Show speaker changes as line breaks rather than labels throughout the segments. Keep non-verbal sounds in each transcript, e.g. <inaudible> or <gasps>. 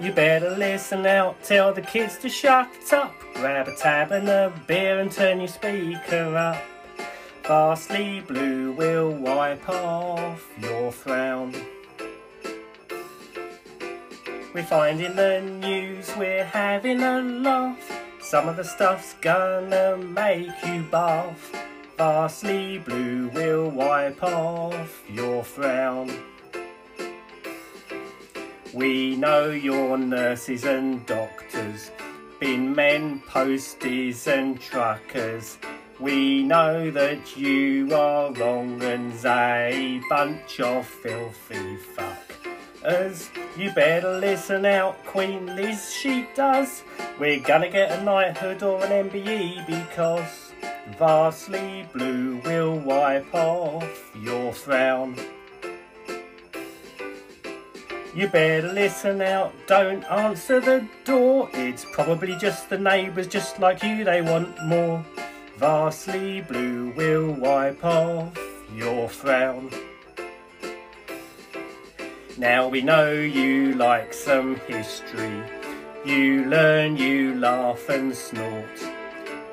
You better listen out, tell the kids to shut up. Grab a tab and a beer and turn your speaker up. Vastly Blue will wipe off your frown. We find in the news we're having a laugh. Some of the stuff's gonna make you barf. Vastly Blue will wipe off your frown. We know your nurses and doctors, bin men, posties, and truckers. We know that you are wrong and's a bunch of filthy fuckers. You better listen out, Queen Liz, she does. We're gonna get a knighthood or an MBE because Vastly Blue will wipe off your frown. You better listen out, don't answer the door. It's probably just the neighbours just like you, they want more. Vastly Blue will wipe off your frown. Now we know you like some history. You learn, you laugh and snort.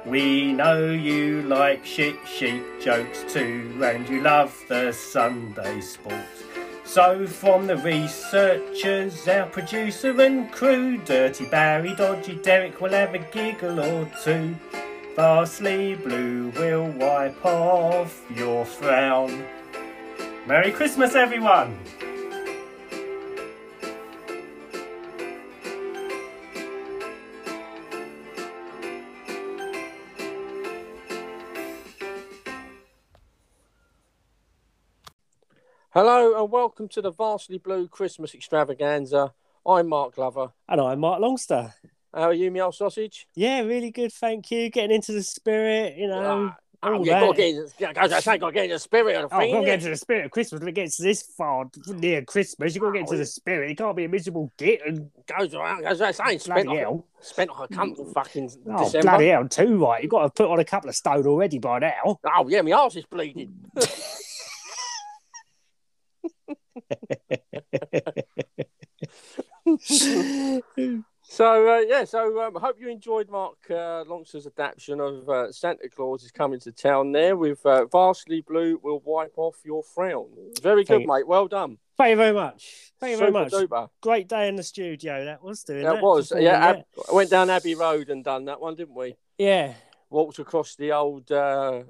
We know you like shit sheep jokes too, and you love the Sunday sport. So, from the researchers, our producer and crew, Dirty Barry, Dodgy Derek will have a giggle or two. Vastly Blue will wipe off your frown. Merry Christmas, everyone!
Hello and welcome to the Varsity Blue Christmas Extravaganza. I'm Mark Glover.
And I'm Mark Longster.
How are you, meow sausage?
Yeah, really good, thank you. Getting into the spirit, you know.
Ah, oh,
all
you got
that.
to get, in- yeah, guys, I say, got to get in the spirit of the
Oh, I've
thing.
got to
innit?
get into the spirit of Christmas. When it gets this far near Christmas, you've got to get
Oh,
into the spirit. You can't be a miserable git and
Goes around, goes around, saying, spent,
bloody
like,
hell.
spent like a cunt all fucking
Oh,
December.
bloody hell, too right. You've got to put on a couple of stone already by
<laughs>
now.
Oh, yeah, my arse is bleeding. So, uh, yeah, so um, I hope you enjoyed Mark uh, Longster's adaptation of uh, Santa Claus is Coming to Town there with uh, Vastly Blue Will Wipe Off Your Frown. Very good,
Thank you.
mate. Well done.
Thank you very much. Thank you very
Super
much.
duper.
Great day in the studio. That was doing
That was.
performing
Yeah, Ab-
that.
I went down Abbey Road and done that one, didn't we?
yeah.
Walked across the old uh,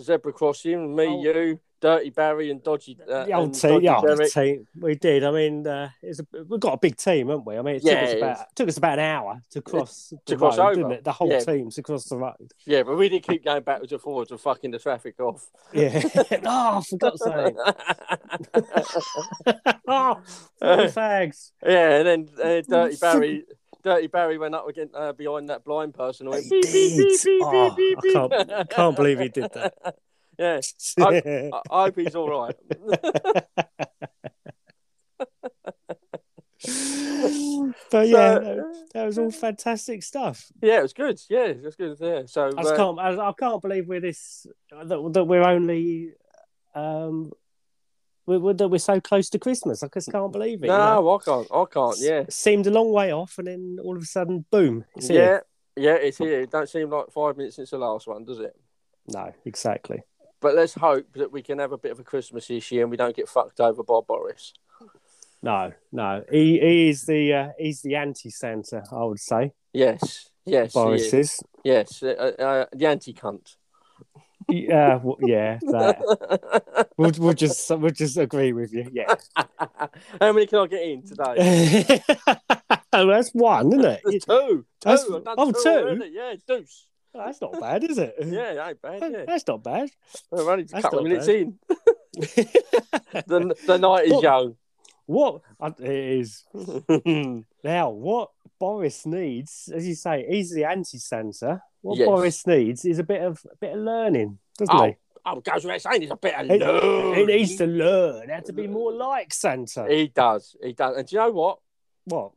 zebra crossing, me,
Oh.
you, Dirty Barry, and Dodgy. Uh,
The old
and
team,
Dodgy
yeah, the
Derek.
team. We did. I mean, uh, it's a, we've got a big team, haven't we? I mean, it
Yeah,
took us
it
about took us about an hour to cross the
cross
road,
over.
didn't it? The whole
Yeah.
team's across the road.
Yeah, but we did keep going backwards and forwards and fucking the
<laughs>
traffic off. <laughs>
Yeah. oh, I forgot something. oh, <laughs> bloody fags.
Yeah, and then uh, Dirty Barry, Dirty Barry went up again uh, behind that blind person. And went,
He
beep, beep,
did.
beep, beep,
Oh,
beep,
I
beep,
can't,
<laughs>
I can't believe he did that.
yeah, <laughs> I hope he's all right.
<laughs>
<laughs>
but yeah, that,
So,
that was all fantastic stuff.
yeah, it was good. Yeah, it was good. Yeah, so
I just
uh,
can't. I, I can't believe we're this. That, that we're only. Um, we, we, that we're so close to Christmas. I just can't believe it. you know?
no, I can't. I can't. Yeah,
S- Seemed a long way off, and then all of a sudden, boom! It's
yeah,
here.
yeah. It's here. It don't seem like five minutes since the last one, does it?
No, exactly.
But let's hope that we can have a bit of a Christmas this year and we don't get fucked over by Boris.
No, no. He, he is the uh, he's the anti Santa, I would say.
Yes, yes, he
Boris
is.
is.
yes. Uh, uh, the anti cunt.
Yeah, uh, w- yeah. That. We'll, we'll just <laughs> we'll just agree with you.
<laughs>
Yeah.
<laughs> How many can I get in
<laughs>
today?
oh, that's one, isn't it?
There's two. Two.
That's-
I've done
oh,
two
two? Oh,
already. Yeah,
<laughs>
deuce.
That's not bad, is it? <laughs>
Yeah, it ain't bad. Yeah.
That's not bad. <laughs>
We're only a
That's
couple of
not
minutes
bad.
in. The, the night
<laughs>
is
What-
young.
What uh, it is <laughs> now? What Boris needs, as you say, he's the anti-Santa. What
Yes.
Boris needs is a bit of a bit of learning, doesn't
Oh,
he?
oh, goes without saying, he's a bit of
He-
nerd.
He needs to learn how to be more like Santa.
He does. He does. And do you know what?
What?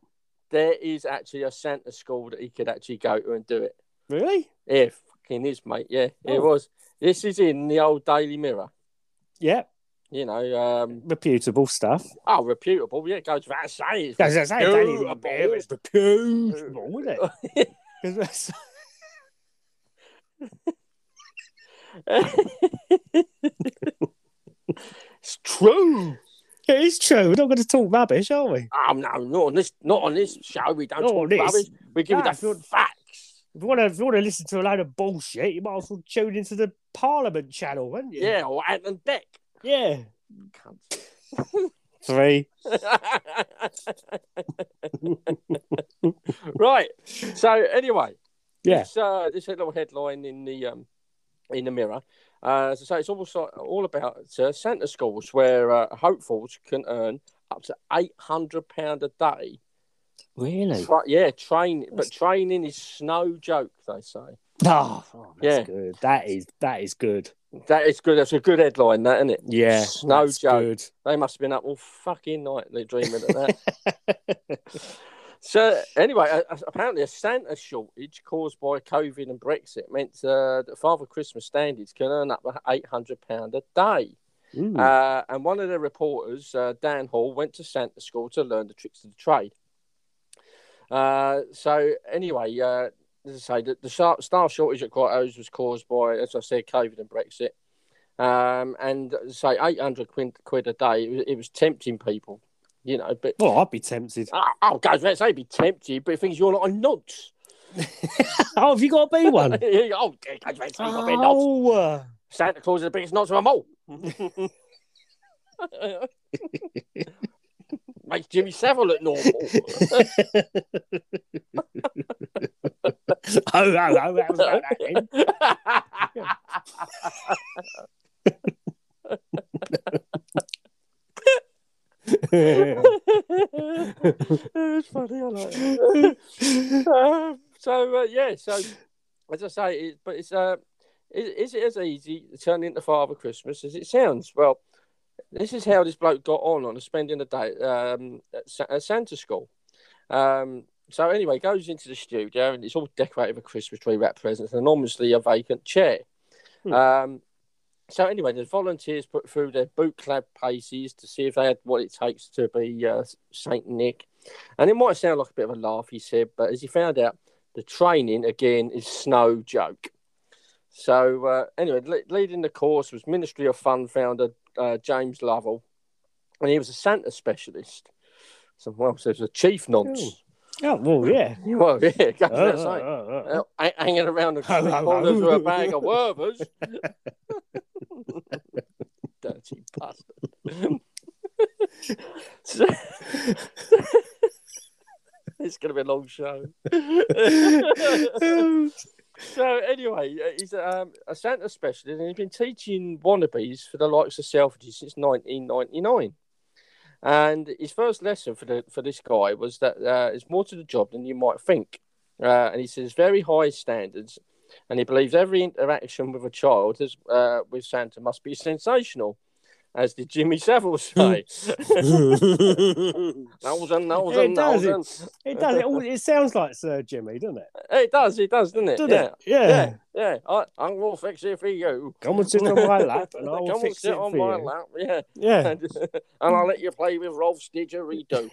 There is actually a Santa school that he could actually go to and do it.
Really?
Yeah, fucking is, mate. Yeah, it
Oh.
was. This is in the old Daily Mirror.
Yeah.
You know, um,
reputable stuff.
oh, reputable. Yeah, it goes without saying. It's
That's- that's- that ain't even
reputable.
bad, it's reputable, would it?
<laughs>
'Cause that's-
<laughs> it's true.
it is true. We're not going to talk rubbish, are we?
Oh, no, not on this. Not on this show. We don't
Not
talk
on this.
rubbish. We give
Nah,
you
if you're-
the facts.
If you want to, if you want to listen to a load of bullshit, you might as well tune into the Parliament channel, wouldn't you?
Yeah, or Ant and Deck. <laughs>
yeah.
Cunt.
Three.
<laughs> right. So anyway,
Yeah.
this, uh, this little headline in the um, in the mirror. Uh, as I say, it's almost like- all about uh, Santa schools where uh, hopefuls can earn up to eight hundred pound a day.
Really?
Tra- yeah, train, but training is no joke. They say
Oh, that's
Yeah.
good. That is that is good.
that is good. That's a good headline, that isn't it?
Yeah.
No
that's
joke.
Good.
They must have been up all fucking night they dreaming of that. So anyway, a- a- apparently a Santa shortage caused by COVID and Brexit meant uh, that Father Christmas standards can earn up to eight hundred pound a day.
Mm.
Uh, and one of the reporters, uh, Dan Hall, went to Santa school to learn the tricks of the trade. Uh, so anyway, uh, as I say, the, the sha- staff shortage at Quite O's was caused by, as I said, COVID and Brexit. Um, and say eight hundred quid, quid a day, it was, it was tempting people, you know, but.
well, I'd be tempted. <laughs>
Oh, <laughs> oh guys, let's say be tempted, but the thing is, you're not a nonce.
Oh, have you got to be
<laughs>
one?
oh, guys, let's say you're not a nonce.
oh, uh,
Santa Claus is the biggest nonce of them <laughs> all. Makes Jimmy Savile look normal.
oh, oh, oh, that was about that then.
it's funny, I like it. um, so, uh, yeah, so as I say, it, but it's uh, is, is it as easy to turn into Father Christmas as it sounds? Well, this is how this bloke got on on a spending a day um, at, Sa- at Santa school. Um, so anyway, he goes into the studio and it's all decorated with Christmas tree, wrapped presents, and obviously a vacant chair.
Hmm.
Um, so anyway, the volunteers put through their boot clad paces to see if they had what it takes to be uh, Saint Nick. And it might sound like a bit of a laugh, he said, but as he found out, the training again is snow joke. So uh, anyway, le- leading the course was Ministry of Fun founder uh, James Lovell, and he was a Santa specialist. So well, so he was a chief nonce.
oh, well, yeah.
<laughs> Well, yeah, goes
Oh,
without saying.
oh, oh,
Uh, hang- hanging around the
Hello, hello.
corners of a bag of wormers. Dirty bastard. <laughs> So- <laughs> it's going to be a long show.
oh.
so, anyway, uh, he's um, a Santa specialist and he's been teaching wannabes for the likes of Selfridges since 1999. And his first lesson for, the, for this guy was that uh, it's more to the job than you might think. Uh, and he says very high standards, and he believes every interaction with a child is, uh, with Santa must be sensational, as did
<laughs>
Jimmy Savile say. Nose and nose
It
and
does,
nose and-
it does. It, all, it sounds like Sir Jimmy, doesn't it?
It does, it does, doesn't it?
Doesn't
yeah.
it? Yeah.
yeah, yeah. I, I will fix it for you.
Come and sit on
<laughs>
my lap, and I will
Come and
fix
sit
it
on
for
my
you.
lap, <laughs> yeah.
Yeah.
And, and I'll let you play with Rolf's didgeridoo.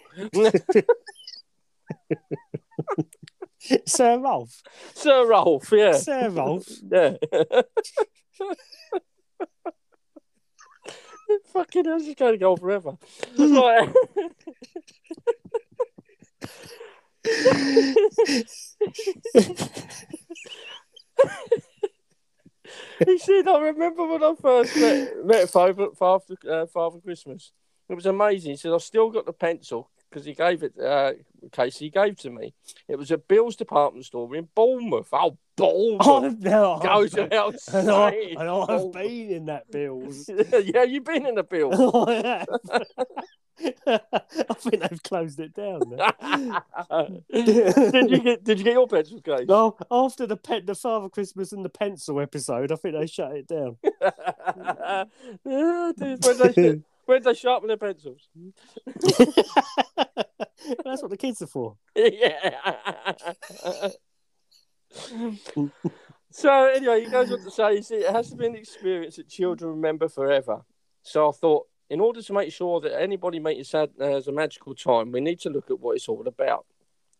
Sir Rolf.
Sir Rolf, yeah,
Sir
<laughs>
Rolf.
yeah. <laughs> Fucking hell, this is going to go forever. Right. he said, I remember when I first met, met Father, Father, uh, Father Christmas. It was amazing. He said, I've still got the pencil because he gave it, uh, Casey gave to me. It was at Bill's department store in Bournemouth. Oh,
Oh,
Bournemouth.
no.
Goes without
<laughs> And I,
saying.
and I have
Bournemouth.
been in that
<laughs>
Bills.
yeah, you've been in the Bill.
<laughs> I think they've closed it down. now.
<laughs> did you get Did you get your pencil
<laughs>
case? <laughs>
No, after the pet, the Father Christmas and the pencil episode, I think they shut it down.
Yeah, dude, when they when they sharpen their pencils.
<laughs> That's what the kids are for.
yeah. so anyway, he goes on to say, you see, it has to be an experience that children remember forever. So I thought, in order to make sure that anybody makes that as a magical time, we need to look at what it's all about.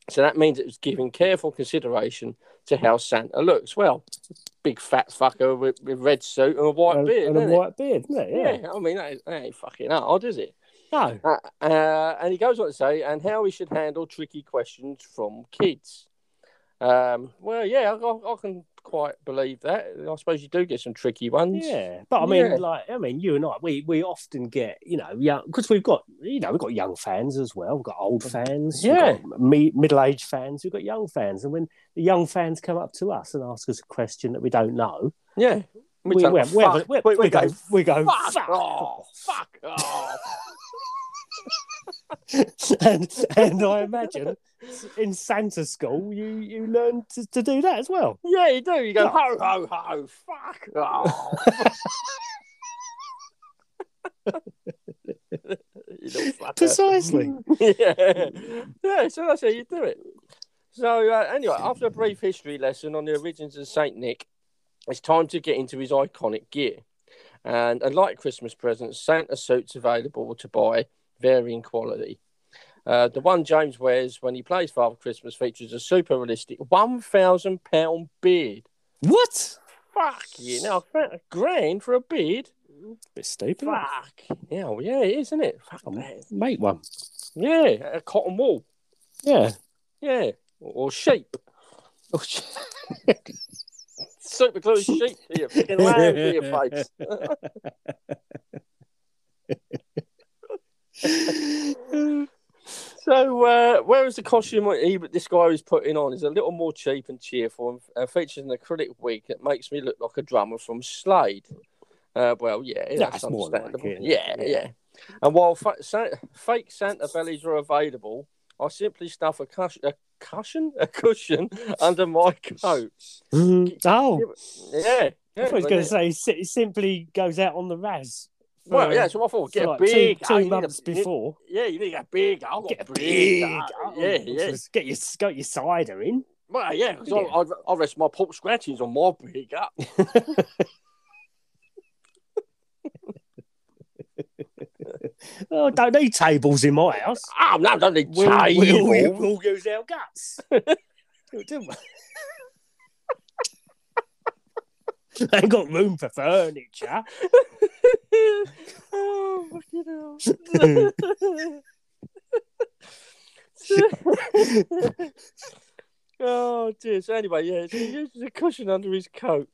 So that means it was giving careful consideration to how Santa looks. Well, big fat fucker with, with red suit and a white
and,
beard.
and a
isn't it?
white beard, isn't it? Yeah.
yeah. I mean, that, is, that ain't fucking hard, is it?
No.
Uh, uh, and he goes on to say, and how we should handle tricky questions from kids. Um, well, yeah, I, I I can quite believe that. I suppose you do get some tricky ones.
Yeah, but I mean,
Yeah.
like, I mean, you and I, we we often get, you know, young because we've got, you know, we've got young fans as well. We've got old fans, we've
Yeah.
got me, middle-aged fans, we've got young fans, and when the young fans come up to us and ask us a question that we don't know,
Yeah.
we we,
don't-
we,
fuck,
we,
we- we
go,
<laughs> go,
we go,
fuck,
fuck
off. Fuck off.
<laughs> and and I imagine in Santa school, you you learn to, to do that as well.
yeah, you do. You go, ho, ho, ho.
<laughs>
Fuck off. <laughs> You little fucker.
Precisely.
Mm. yeah. <laughs> yeah, so that's how you do it. So, uh, anyway, after a brief history lesson on the origins of St. Nick, it's time to get into his iconic gear. And unlike Christmas presents, Santa suits available to buy vary in quality. Uh, the one James wears when he plays Father Christmas features a super realistic £1,000 beard.
What?
Fuck you. Now, a grand for a beard?
Bit stupid. isn't it?
Fuck. Yeah, well, yeah, it is, isn't it? Fuck that.
Make one.
Yeah, a cotton wool.
Yeah. <laughs>
Yeah, or sheep.
Oh, shit. <laughs>
Super glue sheep to your fucking lamb to your face. So, uh, whereas the costume what he, this guy was putting on is a little more cheap and cheerful and, and features an acrylic wig that makes me look like a drummer from Slade. Uh, well, yeah,
Yeah,
that's
it's more like
understandable.
it,
yeah,
yeah.
yeah, And while fa- San- fake Santa bellies are available, I simply stuff a, cush- a cushion, a cushion under my coat.
oh,
Yeah,
I was
yeah but
going
it-
to say it si- it simply goes out on the Raz. for-
Well, yeah, so I thought
for
get
like
a
two-
big
two,
I need a-
months before.
Yeah, you need to get big. I've got
Get a
big.
big.
uh,
oh,
Yeah, yeah.
just Get your get your cider in.
Well, yeah, because
Yeah.
I, I, I rest my pop scratchings on my big up. <laughs>
Oh, I don't need tables in my house.
Oh, no, don't need
We'll,
table.
we'll, we'll, we'll use our
<laughs>
guts. We'll do it. <laughs> Ain't got room for furniture.
oh, fucking hell. <laughs> oh dear. So anyway, yeah, so he uses a cushion under his coat.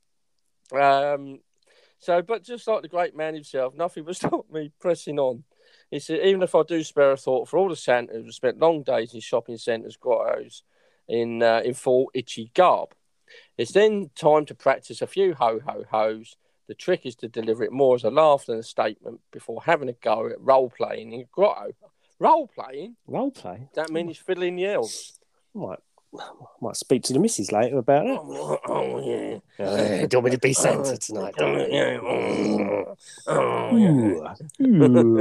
Um, so, but just like the great man himself, nothing will <laughs> stop me pressing on. He said, even if I do spare a thought for all the Santas who spent long days in shopping centres, grottos, in uh, in full itchy garb, it's then time to practice a few ho ho hos. The trick is to deliver it more as a laugh than a statement before having a go at role playing in grotto. Role playing?
Role play.
That means fiddling the elves.
Might might speak to the missus later about that.
Oh, oh, yeah. <laughs>
Oh, yeah, do you want me to be Santa tonight? Hmm.
Oh, yeah. Oh, oh, yeah.
Ooh,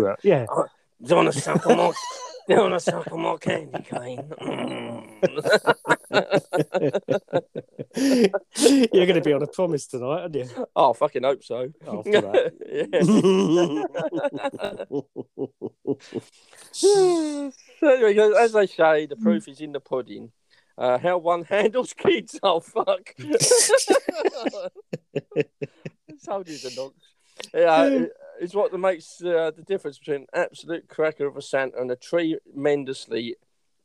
ooh, yeah.
Do you want to suckle more? Do you want to suckle more candy
<laughs>
cane? Mm.
You're going to be on a promise tonight, aren't you? Oh,
oh, I fucking hope so.
After that.
<laughs> Yeah. <laughs> so anyway, as they say, the proof is in the pudding. Uh, how one <laughs> handles kids. Oh fuck! so did the dogs. Yeah, it- it's what that makes uh, the difference between an absolute cracker of a Santa and a tremendously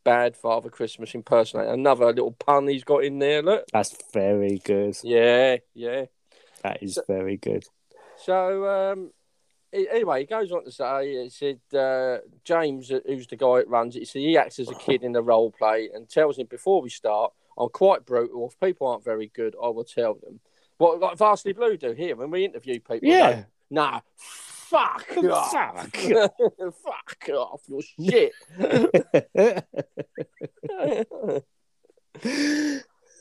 bad Father Christmas impersonator. Another little pun he's got in there. Look.
That's very good.
Yeah, yeah.
That is very good.
So um, a- anyway, he goes on to say, he said uh, James, who's the guy that runs it, so he acts as a kid in the role play and tells him before we start, I'm quite brutal. If people aren't very good, I will tell them. What like Varsity Blue do here when we interview people? they <laughs> go,
Yeah.
Nah, fuck off.
<laughs> Fuck.
fuck off your shit.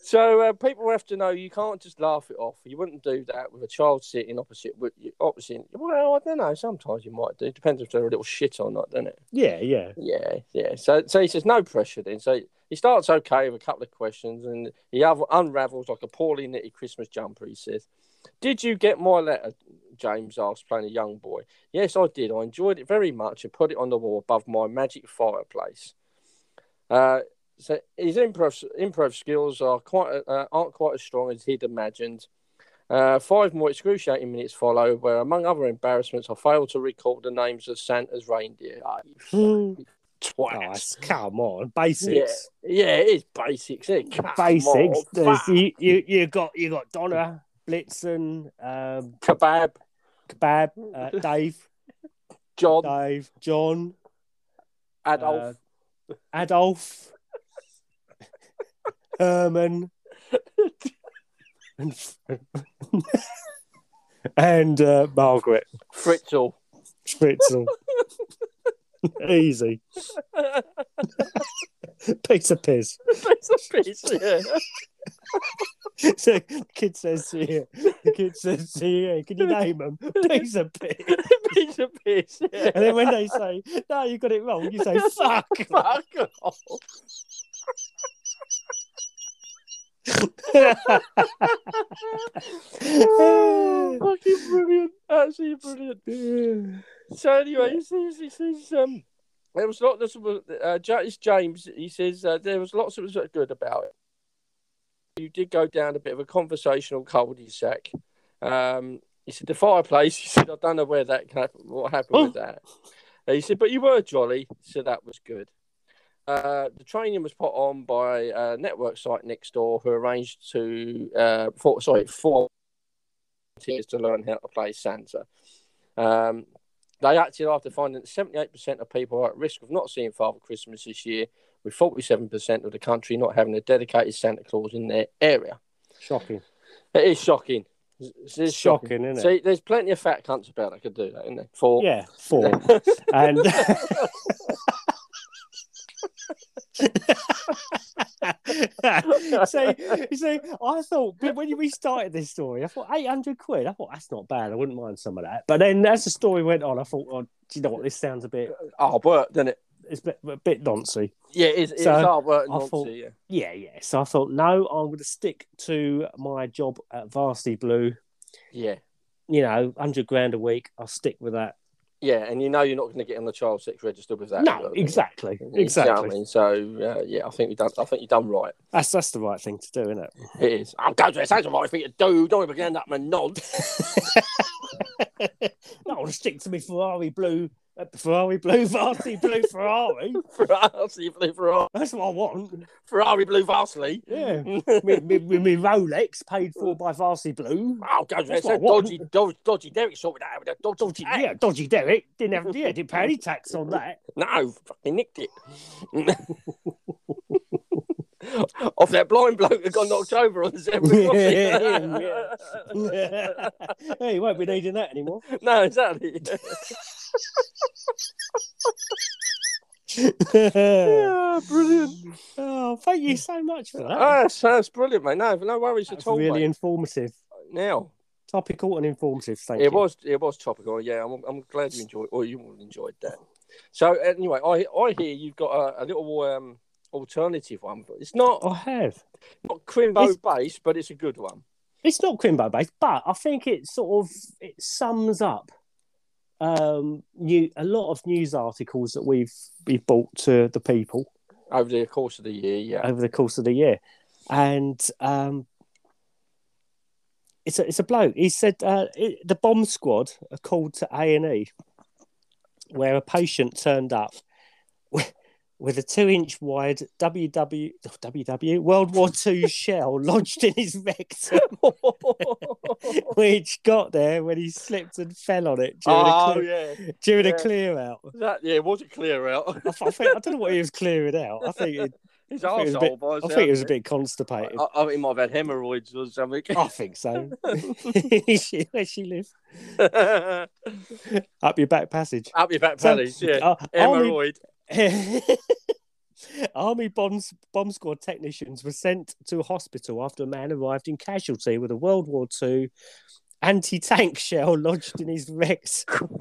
So uh, people have to know you can't just laugh it off. You wouldn't do that with a child sitting opposite. with you- Opposite. Well, I don't know. Sometimes you might do. Depends if they're a little shit or not, doesn't it?
<laughs> yeah, yeah.
Yeah, yeah. So, so he says no pressure. Then, so he starts okay with a couple of questions, and he un- unravels like a poorly knitted Christmas jumper. He says, Did you get my letter? James asked, playing a young boy. Yes, I did. I enjoyed it very much and put it on the wall above my magic fireplace. Uh, so his improv, improv skills are quite uh, aren't quite as strong as he'd imagined. Uh, five more excruciating minutes follow, where among other embarrassments, I failed to recall the names of Santa's reindeer. Oh, you
Hmm.
fucking twat.
Nice. Come on, basics.
Yeah, yeah, it is basics. It cuts
Basics.
more.
There's-
Fuck.
you, you, you got you got Donna, Blitzen, um,
Kebab,
Kebab,
<laughs>
uh, Dave,
John,
Dave, John,
Adolf,
Adolf, Herman, and, and uh, Margaret
Fritzl.
Spritzel. Easy. Piece of piss.
It's a piece, yeah. <laughs>
So the kid says to you, the kid says to you, can you name them? Piece of piss.
piece of piss. Yeah.
And then when they say, no, you got it wrong, you say, fuck. <laughs>
Fuck off. Oh, fucking brilliant. Absolutely brilliant. So anyway, he says, he says um, there was lot. This was uh, Judge James. He says uh, there was lots that was good about it. You did go down a bit of a conversational cul-de-sac. Um, he said the fireplace. He said I don't know where that hap- what happened with that. And he said, but you were jolly, so that was good. Uh, the training was put on by a network site next door, who arranged to uh, for sorry for volunteers to learn how to play Santa. Um, they acted after finding that 78% of people are at risk of not seeing Father Christmas this year, with 47% of the country not having a dedicated Santa Claus in their area.
Shocking.
It is shocking. It's, it's shocking.
Shocking, isn't it?
See, there's plenty of fat cunts about that could do that, isn't there? For
Yeah, four. <laughs> and so, so I thought but when we started this story, I thought eight hundred quid. I thought that's not bad. I wouldn't mind some of that. But then as the story went on, I thought, oh, do you know what? This sounds a bit,
hard work, doesn't it?
it's a bit, a bit noncy.
Yeah, it is, it's
So,
hard work.
I
Nancy,
thought-
yeah.
Yeah, yeah. So I thought, no, I'm going to stick to my job at Varsity Blue.
yeah,
You know, hundred grand a week. I'll stick with that.
yeah, and you know you're not going to get on the child sex register with that.
No,
look,
exactly,
you know what I
exactly.
mean? So uh, yeah, I think you done. I think you've done right.
That's that's the right thing to do, isn't it? <laughs>
It is. I'm going to the social right for you to do. Don't even get up my <laughs> nod.
No, I'll stick to me Ferrari blue, uh, Ferrari blue, <laughs> varsity blue Ferrari.
Ferrari blue Ferrari,
That's what I want.
Ferrari
<laughs>
blue Varsity. Oh,
Yeah, with me, me, me Rolex paid for by varsity blue.
Oh, God,
That's
it's
what I
a
want.
dodgy, dodgy, dodgy Derek sorted that out with a dodgy,
Dodgy,
hat.
yeah, dodgy Derek didn't have, yeah, didn't pay any tax on <laughs> that.
No, fucking nicked it. <laughs> Off that blind bloke that got knocked
<laughs>
over on the zebra crossing.
Yeah,
<laughs>
hey, you won't be needing that anymore. <laughs>
no, exactly. yeah, brilliant.
oh, thank you so much for that.
Ah, sounds brilliant, mate. No, no worries
That's
at all,
really
mate.
informative,
Now,
topical and informative. Thank
it
you.
was it was topical. Yeah, I'm, I'm glad you enjoyed or you all enjoyed that. So anyway, I I hear you've got a, a little um alternative one, but it's not
I have.
not Crimbo
It's-
based, but it's a good one.
it's not Crimbo based, but I think it sort of it sums up um new a lot of news articles that we've we've brought to the people
Over the course of the year, yeah,
over the course of the year. And um it's a, it's a bloke. He said uh, it, the bomb squad are called to A and E, where a patient turned up <laughs> with, with a two-inch wide WW WW World War II <laughs> shell lodged in his rectum
<laughs>
<laughs> which got there when he slipped and fell on it during, a,
oh
clear,
yeah,
during
yeah.
a clear out.
that yeah it was a clear out. <laughs>
I, th- I, think, I don't know what he was clearing out. I think it,
His
I think it was a
arsehole by
I think it was a
sound
bit constipated.
of it. I, I think he might have had hemorrhoids or something.
I think so. <laughs> she, where she live? Oh.
<laughs> Up
Up your back passage.
your back
So-
palace, yeah.
Uh, army,
Hemorrhoid.
<laughs> army bombs, bomb squad technicians were sent to a hospital after a man arrived in casualty with a World War II anti tank <laughs> shell lodged in his rectum.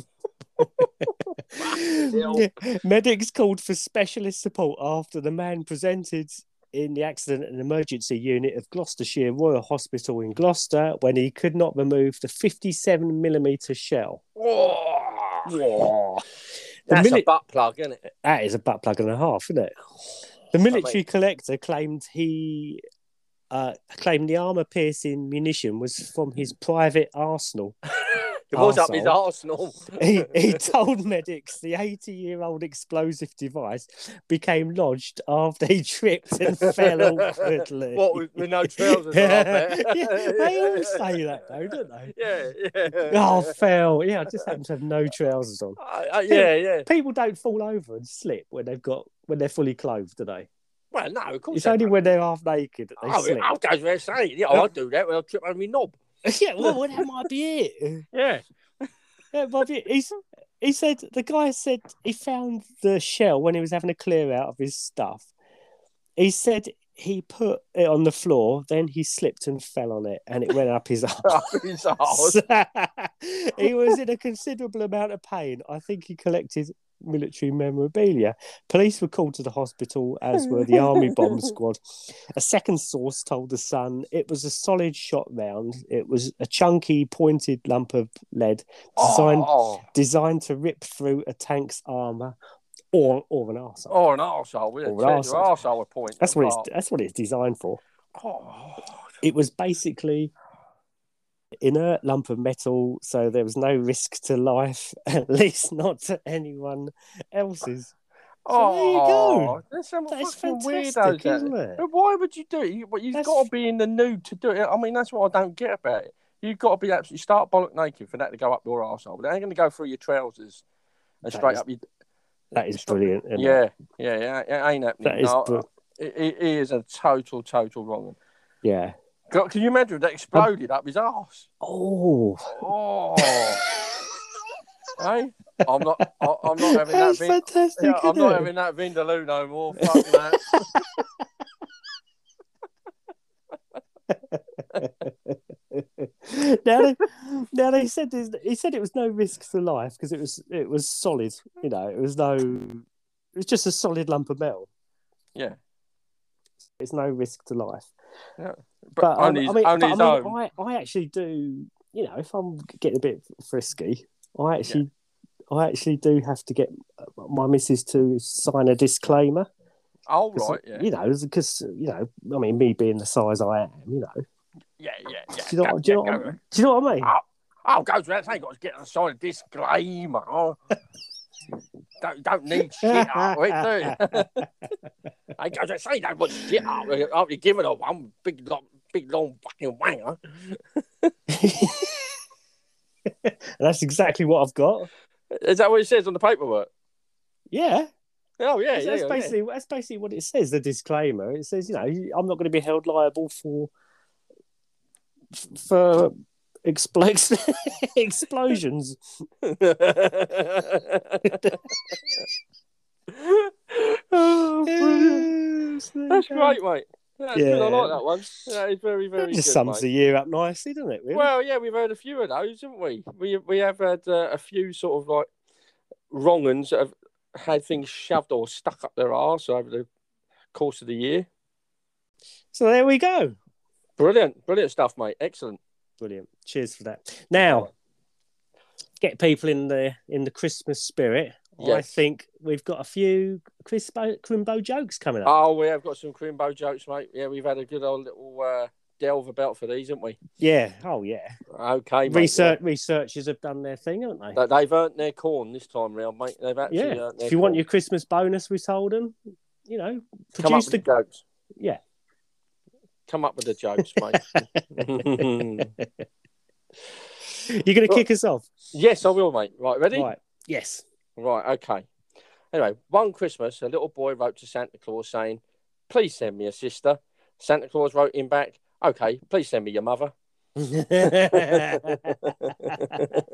Hell.
<laughs> Medics called for specialist support after the man presented in the accident and emergency unit of Gloucestershire Royal Hospital in Gloucester when he could not remove the 57 millimeter shell. The
That's
mili-
a butt plug, isn't it?
That is a butt plug and a half, isn't it? The military collector claimed he uh, claimed the armor piercing munition was from his private arsenal.
<laughs> It was up his
Arsehole.
arsenal.
He,
<laughs>
he told medics the 80 year old explosive device became lodged after he tripped
<laughs>
and fell awkwardly.
What with, with no trousers on
<laughs> Yeah.
up there.
Yeah, they all say that though, don't they?
<laughs> Yeah, yeah.
Oh, fell. Yeah, I just happen to have no trousers on.
Uh, uh, yeah, yeah.
People don't fall over and slip when they've got when they're fully clothed, do they?
Well, no, of course.
It's
they
only
don't.
when they're half naked that they
Oh,
slip.
I'll go there saying, yeah, I'll do that. I'll trip on my knob.
<laughs> yeah, well, well, that might be <laughs> it.
Yeah. <laughs>
Yeah, Bobby, he's, he said the guy said he found the shell when he was having a clear out of his stuff. He said he put it on the floor, then he slipped and fell on it, and it went up his <laughs> arse.
It's hard.
<laughs> he was in a considerable amount of pain. I think he collected military memorabilia. Police were called to the hospital, as were the army bomb squad. A second source told the Sun it was a solid shot round. It was a chunky, pointed lump of lead designed
Oh,
designed to rip through a tank's armor or or an arsehole.
oh, an arsehole. Yeah,
Or an
check your arsehole point.
That's what it's that's what it's designed for.
Oh,
it was basically inert lump of metal so there was no risk to life <laughs> at least not to anyone else's
oh,
there you go.
There's some
that's
fucking
fantastic
weirdos out
isn't it
But why would you do it? You, but you've
That's-
got to be in the nude to do it. I mean, that's what I don't get about it. You've got to be absolutely start bollock naked for that to go up your arsehole. They ain't going to go through your trousers and
That
straight
is-
up your.
that is brilliant isn't it?
Yeah, yeah, yeah, it ain't happening.
that is
no,
br-
it, it is a total, total wrong one.
yeah
God, Can you imagine if that exploded up
<laughs>
his arse?
oh
Oh, hey, I'm not, I, I'm not having that.
that's
Vin-
fantastic
yeah, I'm
isn't
not
it?
having that Vindaloo no more. Fuck
<laughs>
that.
now, they, now they said there's, he said it was no risk to life because it was it was solid you know it was no it was just a solid lump of metal
Yeah.
it's no risk to life
But,
but, um,
on his,
I mean,
on
but,
his
I, mean
own.
I, I actually do. You know, if I'm getting a bit frisky, I actually, I actually do have to get my missus to sign a disclaimer.
All
'Cause,
Oh, right, yeah.
You know, because you know, I mean, me being the size I am, you know,
Yeah, yeah, yeah.
do you know,
Go-
what- do you know,
yeah,
what,
go
I'm- do you know what I mean?
Oh, Oh, go to that thing. Got to get a solid disclaimer. Oh. don't don't need <laughs> shit out of it,
<laughs>
do you? I go to say that much shit out of it. After giving her one big long, big long fucking wanger.
And <laughs> that's exactly what I've got.
Is that what it says on the paperwork?
Yeah,
Oh yeah,
that's, that's basically that's basically what it says. The disclaimer. It says, you know, I'm not going to be held liable for for expl- <laughs>
<laughs>
explosions.
oh, brilliant. That's
That's
great, mate. That's good. I
Yeah.
like that one. That is very, very
That just
good,
sums
mate.
the year up nicely, doesn't it? Really?
Well, yeah, we've had a few of those, haven't we? We we have had uh, a few sort of like wrong uns that have had things shoved or stuck up their arse over the course of the year.
so there we go.
Brilliant, brilliant stuff, mate. Excellent.
Brilliant. Cheers for that. Now, get people in the in the Christmas spirit. I
Yes.
think we've got a few Crispo, Crimbo jokes coming up.
Oh, we have got some crimbo jokes, mate. Yeah, we've had a good old little uh, delve about for these, haven't we?
yeah. Oh yeah.
Okay, mate.
Research researchers have done their thing, haven't they?
That they've earned their corn this time round, mate. They've actually
yeah.
earned their
If you want
corn.
your Christmas bonus, we sold them. You know,
come up
produce
with
the
the jokes.
Yeah.
Come up with the jokes,
<laughs>
mate. <laughs>
You're going to kick us off,
yes, I will, mate. Right, ready?
right?
<laughs>
Yes. <laughs>
Right, okay. Anyway, one Christmas, a little boy wrote to Santa Claus saying, Please send me a sister. Santa Claus wrote him back, Okay, please send me
<laughs>
your mother.
yeah,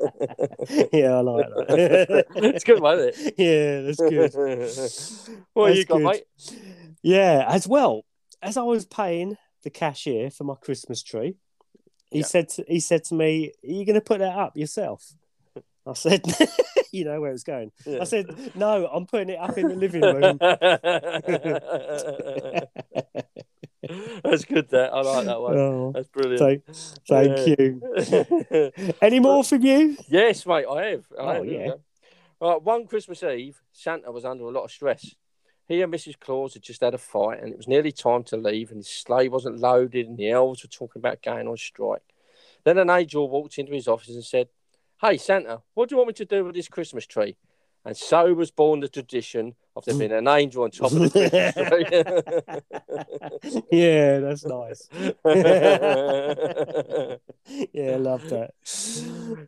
I like that.
it's good, wasn't it?
<laughs> yeah, that's good.
what
That's
you got,
good.
mate?
Yeah, as well as I was paying the cashier for my Christmas tree, he
Yeah.
said to, he said to me, "Are you going to put that up yourself?" I said, <laughs> "You know where it's going."
<laughs>
I said, <laughs> "No, I'm putting it up in the living room."
That's good. That I like that one.
Oh,
That's brilliant.
thank, thank you. Any more from
<laughs>
you?
yes, mate, I have. I
Oh,
have, here we
yeah.
go. Right, one Christmas Eve, Santa was under a lot of stress. He and Mrs. Claus had just had a fight, and it was nearly time to leave, and his sleigh wasn't loaded, and the elves were talking about going on strike. Then an angel walked into his office and said, Hey, Santa, what do you want me to do with this Christmas tree? And so was born the tradition of there being an angel on top of the Christmas tree.
yeah, that's nice. <laughs>
<laughs> oh,
Yeah, I love that.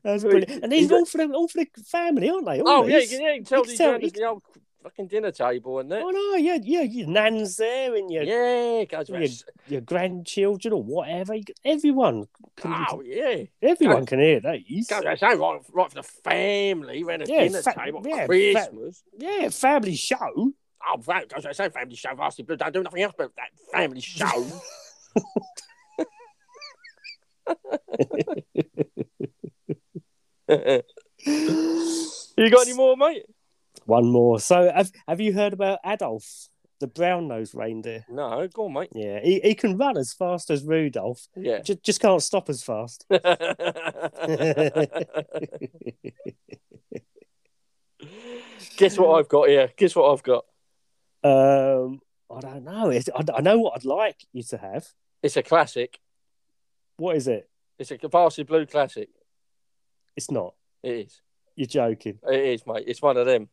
That's brilliant. And these are all for the all for the family, aren't they? All
Oh, yeah, you
these?
can, yeah, you can tell
can
these
tell-
around
you
at the old fucking dinner table and that.
Oh no, yeah, yeah, your nan's there and your
Yeah, it goes around.
Yeah. your grandchildren or whatever. You- Everyone, can,
Oh, yeah.
everyone can hear that.
Goes around, so right, right for the family, around the
Yeah,
dinner
fa-
table,
yeah, fa-
Christmas.
Yeah, family show. <gasps>
Oh, right, goes around, so family show, varsity blue, don't do nothing else but that <laughs> family show. you got any more, mate?
One more. So, have have you heard about Adolf, the brown nosed reindeer?
No, go on, mate.
Yeah, he, he can run as fast as Rudolph,
Yeah. <laughs>
just, just can't stop as fast.
Guess what I've got here? Guess what I've got?
Um, I don't know. It's, I, I know what I'd like you to have.
It's a classic.
What is it?
It's a varsity blue classic.
It's not.
It is.
You're joking.
It is, mate. It's one of them.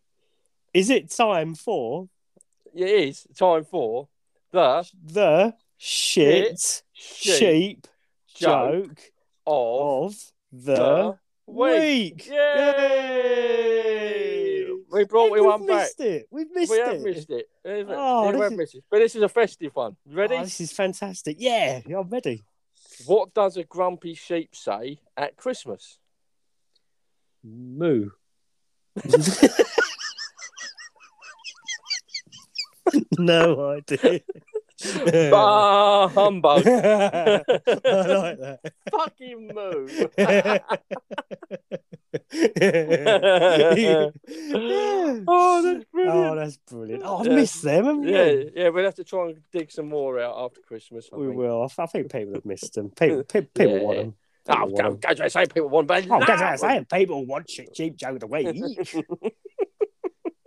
Is it time for
It is time for the
the shit,
sheep,
sheep,
joke
joke
of
of
the
the
week.
week?
Yay!
Yay!
We brought
Hey,
you one
we've
back.
missed it. We've missed
we
it.
have missed it.
Oh,
we
this
have
is-
missed it. But this is a festive one. You ready?
Oh, this is fantastic. Yeah, I'm ready.
What does a grumpy sheep say at Christmas?
Moo. <laughs> no idea.
<laughs> Bah
<laughs>
humbug.
I like that.
Fucking
<laughs>
move.
Yeah.
Oh, that's
Oh,
brilliant.
that's brilliant. Oh, I've
Yeah.
missed them, haven't we?
yeah, yeah, we'll have to try and dig some more out after Christmas. I
We
think.
will. I th- I think people have missed them. People, pe- people
Yeah.
want them.
Oh, go, go, to Ah, say people want, but
Oh,
no.
that's what I'm saying. People want shit sheep joke of the week.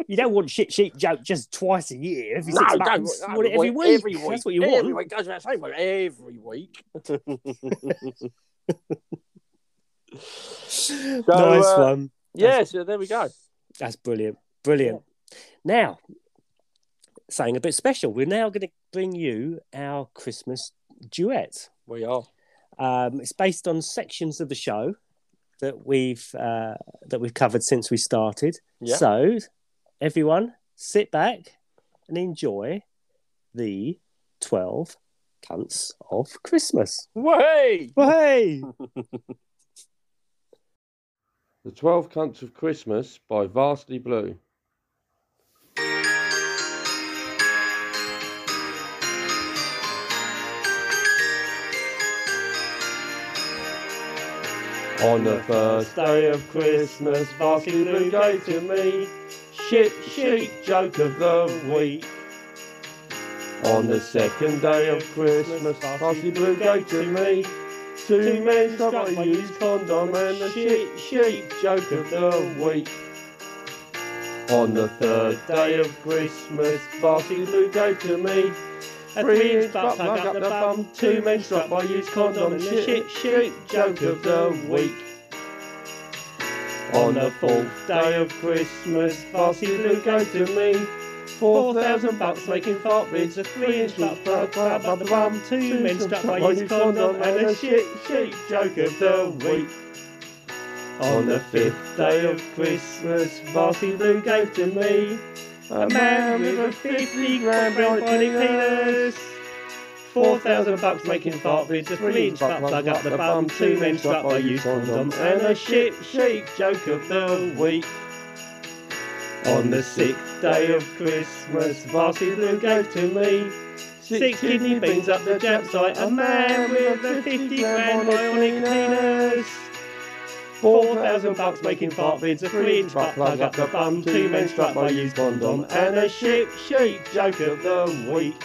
you don't want shit sheep joke just twice a year. Every
No,
six
don't-
months.
no,
You want it every week.
Every week.
That's what you want. <laughs>
every Week, goes without saying, but every week.
nice
uh,
one.
Yeah, so there we go.
That's brilliant. Brilliant. Now, something a bit special. We're now going to bring you our Christmas duet.
We are.
Um, it's based on sections of the show that we've uh, that we've covered since we started.
Yeah.
So, everyone, sit back and enjoy the twelve cunts of Christmas.
Way!
Hey,
The Twelve Cunts of Christmas by Vastly Blue. On the first day of Christmas, Vastly Blue gave to me Shit Sheet Joke of the Week. On the second day of Christmas, Vastly Blue gave to me Two men struck by used condom and the shit sheep joke of the week. On the third day of Christmas, Varsity Blue gave to me.
A
Three inch butt plug up the bum, two men struck by used condom and the shit sheep joke of the week. On the fourth day of Christmas, Varsity Blue gave to me. Four thousand bucks making fart bids, a three inch butt plug up the bum,
two men struck by
his
used condom and a shit
shit sheep joke of the week. On the fifth day of Christmas, Varsity Blue gave to me a man with a 50 grand bright penny penis. 4,000 bucks making fart bids, a three inch butt plug up the bum, two men struck by used condom, and a shit sheep joke of the week. On the sixth day of Christmas, Varsity Blue gave to me Six kidney beans up the jab site, a man with a 50 grand bionic penis. 4,000 bucks making fart bids, a three inch butt plug up the bum, two men struck by used condom, and a shit sheep joke of the week.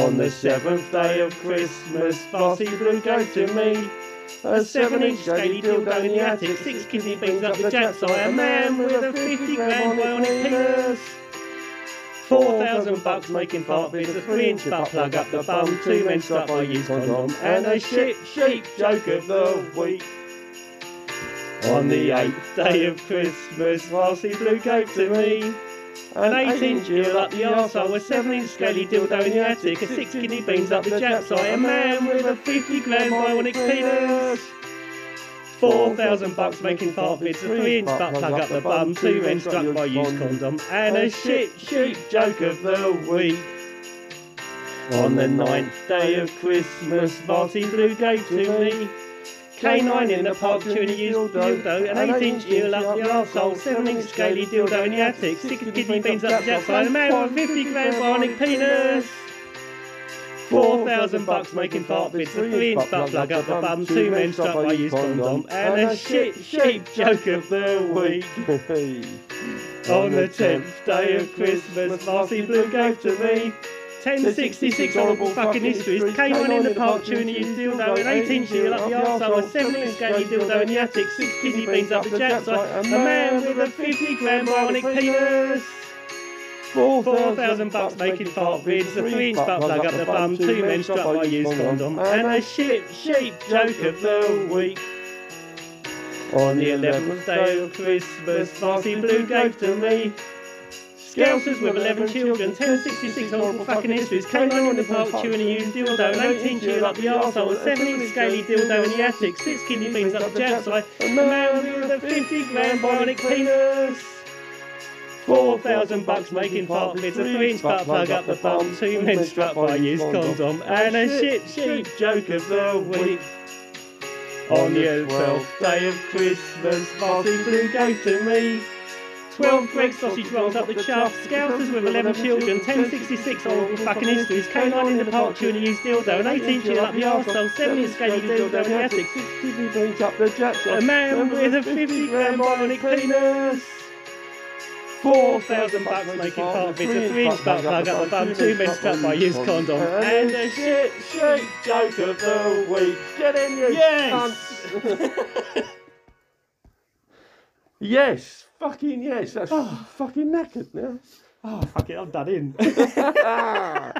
On the seventh day of Christmas, Bossy Blue gave to me a seven inch scaly dildo in the attic, six kidney beans up the jack side, a man with a 50 grand bionic penis. 4,000 bucks making fart bits, a 3 inch butt plug up the bum, two men stuck by used condom, and a shit sheep joke of the week. On the eighth day of Christmas, Bossy Blue gave to me an 18 drill up the arsehole, a 7 inch scaly dildo in the attic, a 6 guinea beans up the jack site, a man with a 50 grand bionic penis. 4,000 bucks making fart bits, a 3 inch butt plug up the bum, 2 men struck by used condom, and a shit sheep joke of the week. On the ninth day of Christmas, Varty Blue gave to me. K9 in the pod, two in a used dildo, an 8 inch eel up the arsehole, 7 inch scaly dildo in the attic, 6 kidney beans up the outside, a man with a 50 grand bionic penis. 4,000 bucks making fart bits, a 3 inch butt plug up the bum, 2 men struck by used condom, and a shit sheep joke of the week. On the 10th day of Christmas, Marcy Blue gave to me. 1066 horrible fucking histories, K1 in the park chewing a dildo, an 18 shield up the arsehole, a 7 inch scaly dildo in the attic, 6 kidney beans up the jack side, a man with a 50 gram bionic penis. 4,000 bucks making fart bids, a 3 inch butt plug up the bum, 2 men struck by used condom, and a shit sheep joke of the week. On the 11th day of Christmas, Marcy Blue gave to me. Scousers with 11 children, 1066 horrible fucking histories, K9 in the park chewing a used dildo, an 18 chew up the arsehole, a 7 inch scaly dildo in the attic, 6 kidney beans up the jack side, a man with a 50 grand bionic penis. 4,000 bucks making fart bids, a 3 inch butt plug up the bum, 2 men struck by used condom, and a shit sheep joke of the week. On the 12th day of Christmas, Martin Blue gave to me. 12 Greg sausage rolls up the shaft, scousers with 11 children, 1066 horrible fucking histories, K9 in the park chewing a used dildo, an 18 chill up the arsehole, 7 inch scaly dildo in the attic,
Kidney beans up the jack
a
side.
man with a 50 gram bionic penis. 4,000 bucks making fart bits, a 3 inch butt plug up the bum, 2 men stuck by used condom, and a shit shape joke of the week.
Get in, you
Yes!
cunts. yes, fucking yes. That's fucking knackered now.
Oh, Ah. fuck it, I'm
<laughs>
done in. <laughs> We
Ah.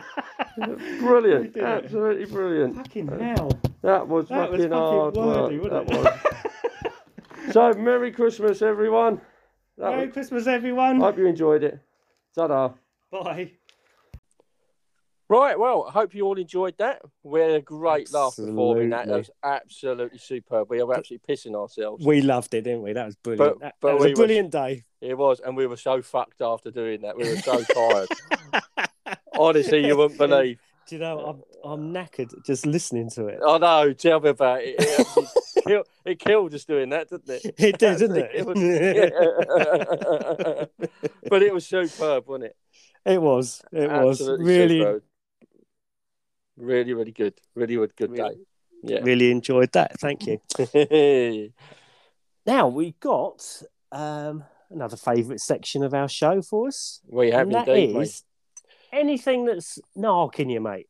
brilliant,
did it.
absolutely brilliant.
fucking hell.
That was
That was
fucking
fucking
hard
wordy,
work.
wasn't
that was. so, Merry Christmas, everyone. That
<laughs> Merry
was-
Christmas, everyone.
hope you enjoyed it. Ta-da.
Bye.
Right, well, I hope you all enjoyed that. We had a great laugh performing that. That was absolutely superb. We were absolutely pissing ourselves.
We loved it, didn't we? That was brilliant.
But-
that,
but
that was
we
a
was-
brilliant day.
It was, and we were so fucked after doing that. We
<laughs>
were so tired. Honestly, you wouldn't believe.
Do you know, I'm, I'm knackered just listening to it.
I know. Tell me about it. It, actually <laughs> kill, it killed us doing that, didn't it?
<laughs> It did, didn't
It
it?
was- yeah.
<laughs>
but it was superb, wasn't it?
It was. <laughs> It was
Absolutely
really,
superb. really, really good. Really, really good
really enjoyed that. Thank
<clears throat>
you.
day.
Now we got um, another favourite section of our show for us.
<laughs> we have
and that
indeed, mate.
is anything that's narking you, mate.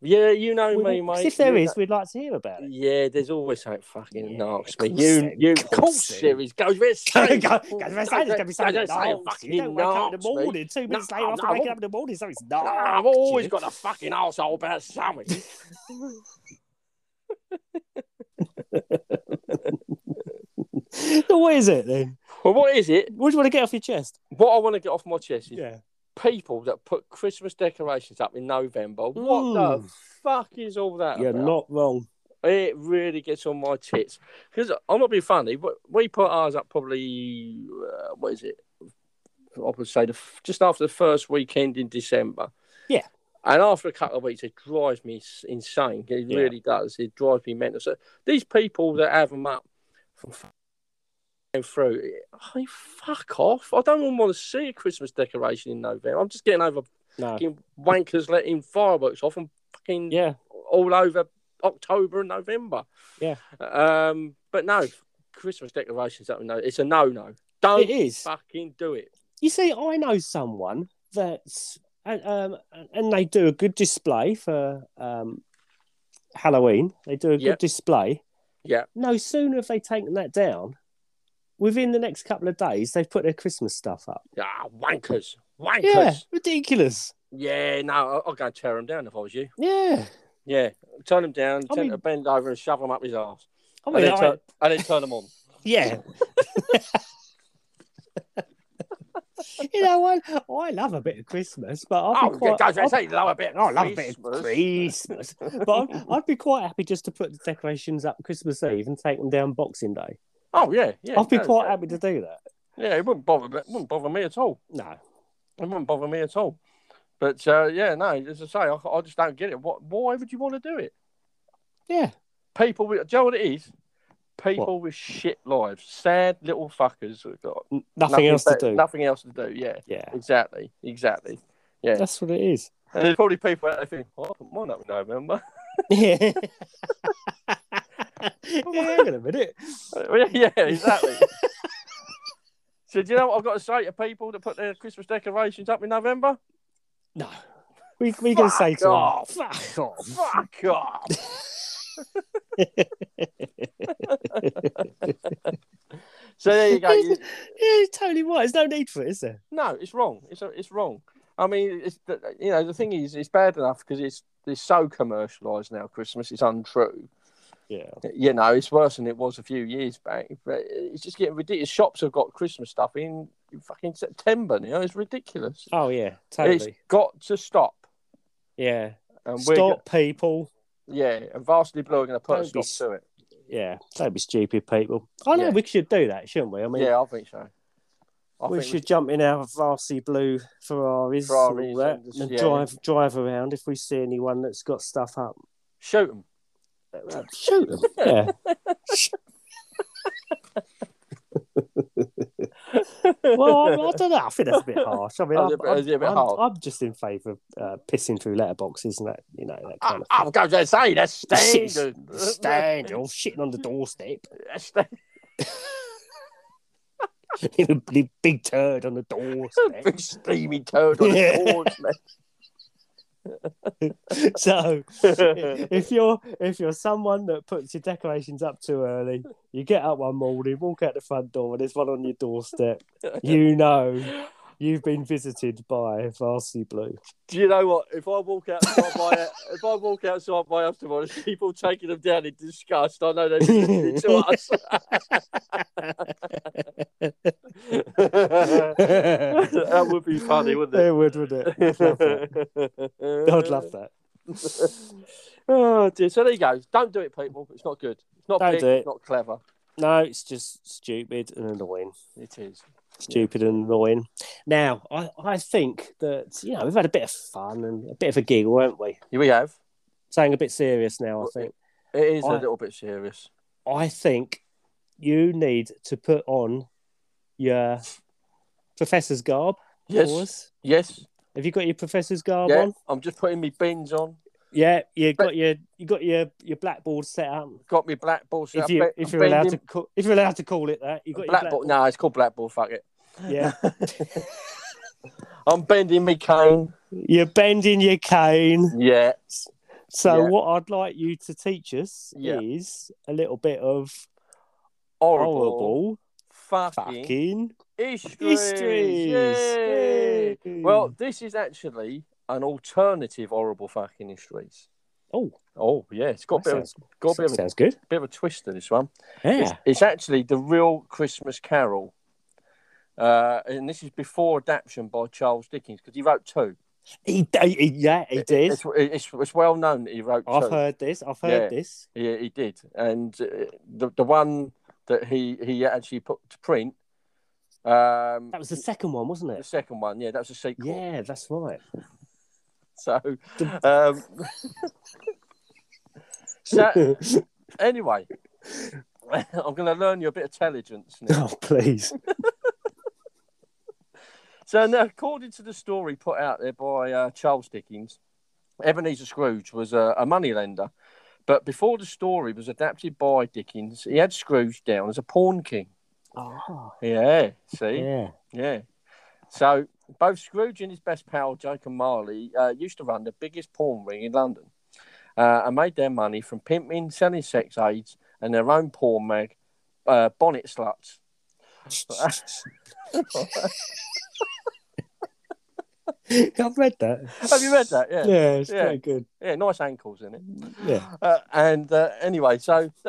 Yeah, you know
We-
me, mate.
If there
You
is, we'd like to hear about it.
Yeah, there's always something fucking
Yeah,
knocks
of
me.
course
You,
there-
you,
of
of
course
course,
there <laughs>
series goes very
Go-
strange.
go- go to bed, say there's gonna be something
Goes very
nasty.
fucking
You don't wake up in the
knocks me.
morning "Ah, two minutes
No,
later after
no.
waking up in the morning, something's
Nah,
not.
I've always
<laughs>
got a fucking asshole about something.
So what is it then?
well, what is it?
What do you want to get off your chest?
What I want to get off my chest is
Yeah.
people that put Christmas decorations up in November. What the
Mm.
fuck is all that?
You're
about?
not wrong.
It really gets on my tits because I'm not being funny, but we put ours up probably uh, what is it? I would say the, f- just after the first weekend in December.
Yeah.
and after a couple of weeks, it drives me s- insane. It
Yeah.
really does. It drives me mental. So these people that have them up from f- and through, I mean, fuck off. I don't even want to see a Christmas decoration in November. I'm just getting over
No.
fucking wankers letting fireworks off and fucking
Yeah.
all over October and November.
Yeah.
Um, but no, Christmas decorations. That no, it's a no no. Don't
It is.
fucking do it.
You see, I know someone that's and, um, and they do a good display for um, Halloween. They do a
Yep.
good display.
Yep.
No sooner have they taken that down, within the next couple of days, they've put their Christmas stuff up.
Ah, wankers. Wankers.
Yeah, ridiculous.
Yeah, no, I'll, I'll go and tear him down if I was you.
Yeah.
Yeah, turn him down,
I
tell him
mean-
to bend over and shove him up his arse.
I
and,
mean,
then
I-
turn, and then turn him on.
yeah. <laughs> you know what? I love a bit of Christmas, but I'd be
Oh, yeah,
quite,
guys, I
I'd-
say love a bit.
I love a bit of Christmas, but I'd, I'd be quite happy just to put the decorations up Christmas Eve and take them down Boxing Day.
Oh, yeah. yeah
I'd be
no,
quite
no.
happy to do that.
Yeah, it wouldn't bother, it wouldn't bother me at all.
No,
It wouldn't bother me at all. But uh, yeah, no, as I say, I, I just don't get it. What? Why would you want to do it?
Yeah.
People with, do you know what it is? People with shit lives, sad little fuckers who've got
N- nothing, else to
better-
do.
Nothing else to do. Yeah,
Yeah,
exactly, exactly. Yeah.
that's what it
<laughs>
is.
And there's probably people out there thinking, oh, I put mine up in <laughs> November.
Yeah. yeah, hang on a minute.
yeah,
<laughs>
exactly. so do you know what I've got to say to people that put their Christmas decorations up in November?
No, we we can
Fuck
say to 'em,
off.
fuck off.
Fuck off. so there you go. You-
yeah, totally right. There's no need for it, is there?
No, it's wrong. It's it's wrong. I mean, it's you know the thing is, it's bad enough because it's it's so commercialised now. Christmas is untrue.
Yeah.
You know, it's worse than it was a few years back. But it's just getting ridiculous. Shops have got Christmas stuff in fucking September now. It's ridiculous.
Oh yeah,
It's
totally.
got to stop.
Yeah.
And we're go-
Stop, people.
yeah, and Varsity Blue are going to put a
Don't be
stop to it.
Yeah, don't be stupid, people. I know
Yeah.
we should do that, shouldn't we? I mean,
yeah, I think so. I
we
think
should jump in our varsity blue Ferraris, and all
Ferraris
that,
and
and,
just- yeah.
drive drive around if we see anyone that's got stuff up.
shoot them.
Shoot them. <laughs> yeah. Well, I, I don't know. I think that's
<laughs>
a bit harsh. I mean,
That's
I'm,
a bit-
I'm-
that's a bit
I'm-
hard.
I'm just in favour of uh, pissing through letterboxes and that, you know, that
I,
kind
I'm
of
going to say <laughs> that's
thing.
standard. <laughs>
Stand or shitting on the doorstep.
That's standard.
Little big, big turd on the doorstep.
<laughs> big steamy toad on
Yeah.
the horse, man.
so,
<laughs>
<laughs>
if you're if you're someone that puts your decorations up too early, you get up one morning, walk out the front door, and there's one on your doorstep. You know you've been visited by Varsity Blue.
<laughs> Do you know what? If I walk outside my if I walk outside my house tomorrow, there's people taking them down in disgust. I know they're listening <laughs> to us. that would be funny, wouldn't it?
It would, wouldn't it? I'd love that.
<laughs>
I'd love that.
Oh dear. So there you go. Don't do it, people. It's not good. It's not
Don't
big,
do it.
It's not clever.
No, it's just stupid and annoying.
It is.
Stupid and annoying. Now, I, I think that you know we've had a bit of fun and a bit of a giggle, haven't we?
Here we have.
Saying a bit serious now, I think.
It is a
I-
little bit serious.
I think you need to put on your professor's garb.
Yes.
for us.
Yes.
Have you got your professor's garb
Yeah.
on?
I'm just putting my bins on.
Yeah, you got your you got your your blackboard set up.
Got me blackball. set
If
up.
you
Ben-
if
I'm
you're allowed
bending
to call, if you're allowed to call it that, you got
black
your
ball. No, it's called black ball. Fuck it.
black-
<laughs>
yeah.
I'm bending me cane.
You're bending your cane.
Yeah.
So
Yeah.
what I'd like you to teach us
Yeah.
is a little bit of
Horrible.
horrible
Fucking,
fucking
history.
histories.
Yay.
Yay.
Well, this is actually an alternative horrible fucking histories.
Oh,
Oh yeah, it's got a
that
bit,
sounds,
of, got a bit, of, a
sounds good.
bit of a twist to this one. It's,
Yeah.
it's actually the real Christmas Carol, uh, and this is before adaptation by Charles Dickens because he wrote two.
He, he, yeah, he did.
It's, it's, it's well known that he wrote.
I've
two.
heard this. I've heard this.
Yeah, he did, and uh, the the one that he he actually put to print, um,
That was the second one, wasn't
the
it?
second one. Yeah, that was a sequel.
Yeah, that's right.
<laughs> So,
<laughs>
um, so anyway, <laughs> I'm going to learn you a bit of intelligence now.
<laughs> oh,
<laughs>
please.
so, now, according to the story put out there by uh, Charles Dickens, Ebenezer Scrooge was a, a moneylender. But before the story was adapted by Dickens, he had Scrooge down as a pawn king.
Oh,
Yeah, see?
yeah.
Yeah. So Both Scrooge and his best pal, Jacob Marley, uh, used to run the biggest porn ring in London uh, and made their money from pimping, selling sex aids, and their own porn mag, uh, bonnet sluts. <laughs>
I've read that.
Have you read that? Yeah. Yeah,
Yeah, it's
Yeah.
pretty good.
nice ankles in it.
Yeah.
Uh, and uh, anyway, so. <laughs>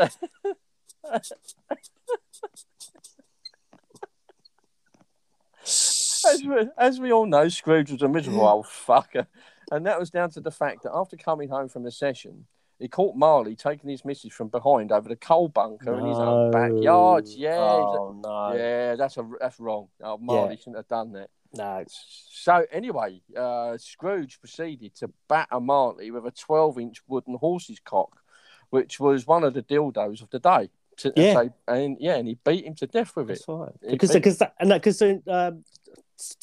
as, we, as we all know, Scrooge was a miserable old fucker. And that was down to the fact that after coming home from the session, he caught Marley taking his missus from behind over the coal bunker in his own
No.
backyard. Yeah,
Oh no.
yeah, that's a that's wrong. Oh, Marley shouldn't have done that.
No.
So anyway, uh, Scrooge proceeded to batter Marley with a 12-inch wooden horse's cock, which was one of the dildos of the day. To-
Yeah.
so- and yeah, and he beat him to death with it.
That's right.
It-
Because
it-
because that and that because um,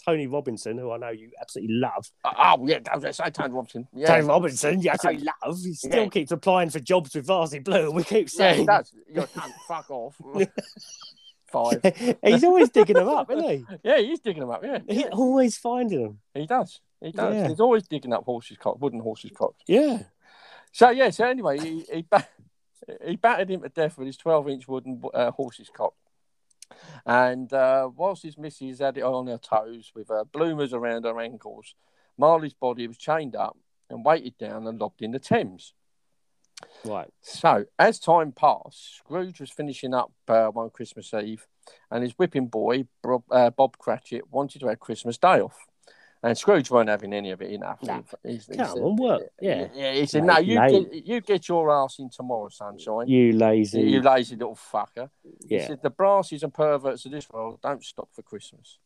Tony Robinson, who I know you absolutely love,
Oh yeah, that was so Tony Robinson. Yeah,
Tony Robinson, you absolutely love. He still
Yeah.
keeps applying for jobs with Varsity Blue, and we keep
yeah, he
saying
does. You're cunt, fuck off. Five.
<laughs> he's always digging them up, isn't
<laughs> Yeah, he's digging him up. Yeah,
he? He's always finding them.
he does. He does.
Yeah.
He's always digging up horses' cock, wooden horses' cock.
Yeah.
So yeah, so anyway, he he, ba- he battered him to death with his twelve-inch wooden uh, horse's cock, and uh, whilst his missus had it on her toes with her bloomers around her ankles, Marley's body was chained up and weighted down and lobbed in the Thames.
Right.
So as time passed, Scrooge was finishing up uh, one Christmas Eve, and his whipping boy Bob, uh, Bob Cratchit wanted to have Christmas Day off. And Scrooge weren't having any of it enough.
No.
He, he- he
Come
said-
on, work. Yeah.
yeah, he said,
Mate,
"No, you
lame.
get, you get your ass in tomorrow, sunshine. You,
You lazy.
lazy little fucker." He
yeah.
said, "The brasses and perverts of this world don't stop for Christmas."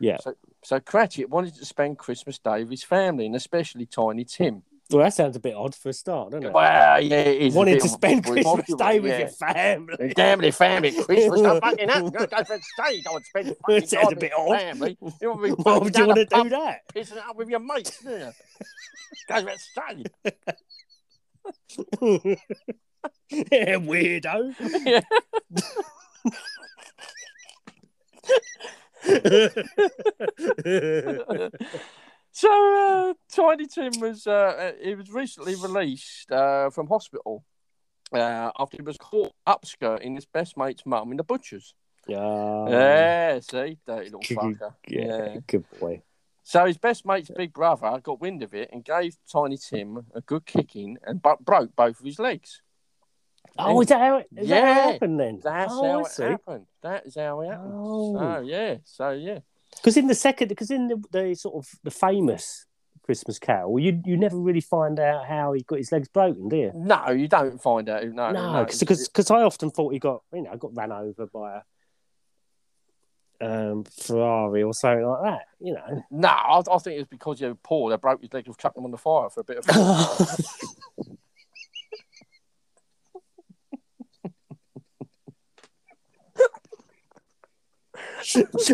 Yeah.
So, so Cratchit wanted to spend Christmas Day with his family and especially Tiny Tim.
Well, that sounds a bit odd for a start, doesn't it?
Well, yeah, it is a
Wanting
bit
to spend
of- we want
Christmas
you-
Day with
yeah.
your
<laughs>
family.
Damn it, family Christmas! I'm fucking up. Go to the stage. I would spend
<laughs>
fucking
sounds
time
a bit
with
odd.
family. You want
<laughs>
to be
Why would you want to
pub
do that?
pissing out with your mates?
<laughs>
Yeah. Go to the stage.
<laughs> yeah,
<laughs>
weirdo.
Yeah. <laughs> so uh, Tiny Tim was uh, uh, he was recently released uh, from hospital uh, after he was caught upskirting his best mate's mum in the butchers.
yeah,
yeah, see, dirty little fucker.
Oh. yeah,
yeah.
good boy.
So his best mate's big brother got wind of it and gave Tiny Tim a good kicking and bu- broke both of his legs.
Oh, is that how it, is that how
Yeah.
it happened then?
That's
oh,
how
I
it
see.
happened. That is how it happened.
Oh.
So yeah, so yeah.
Because in the second, because in the, the sort of the famous Christmas Carol, you you never really find out how he got his legs broken, do you?
No, you don't find out. who- No,
No,
it's-
because I often thought he got you know got ran over by a um, Ferrari or something like that. You know,
No, I, I think it was because you were poor. They broke his legs and chucked him on the fire for
<laughs>
a bit of.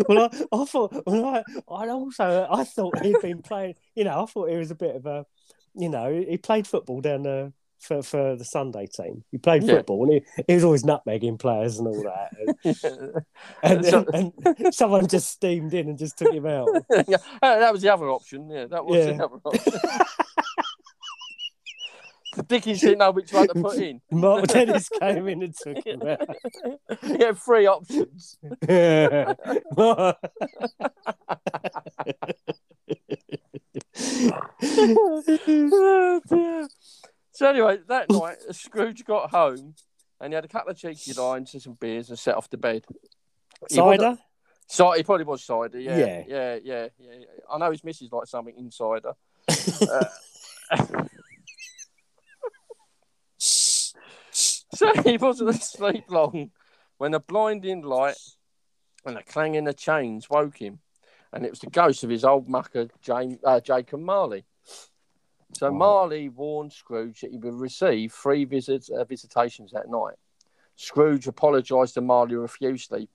well, I, I thought, well, I, I also, I thought he'd been playing. You know, I thought he was a bit of a, you know, he played football down there for, for the Sunday team. He played
Yeah.
football, and he, he was always nutmegging players and all that. And,
<laughs>
and,
So-
and, someone just steamed in and just took him out.
yeah, uh, that was the other option. Yeah, that was
Yeah.
the other option. <laughs> the Dickies didn't know which one to put in.
Mark Dennis came in and took him out.
He had three options. <laughs> Oh, dear. So anyway, that night Scrooge got home and he had a couple of cheeky lines and some beers and set off to bed. He wasn't-
Cider?
So he probably was cider. Yeah,
Yeah.
yeah, yeah, yeah. I know his missus likes something insider. uh, <laughs> so he wasn't asleep long when a blinding light and a clanging of chains woke him, and it was the ghost of his old mucker James, uh, Jacob Marley. So
Wow.
Marley warned Scrooge that he would receive three visits, uh, visitations that night. Scrooge apologised to Marley profusely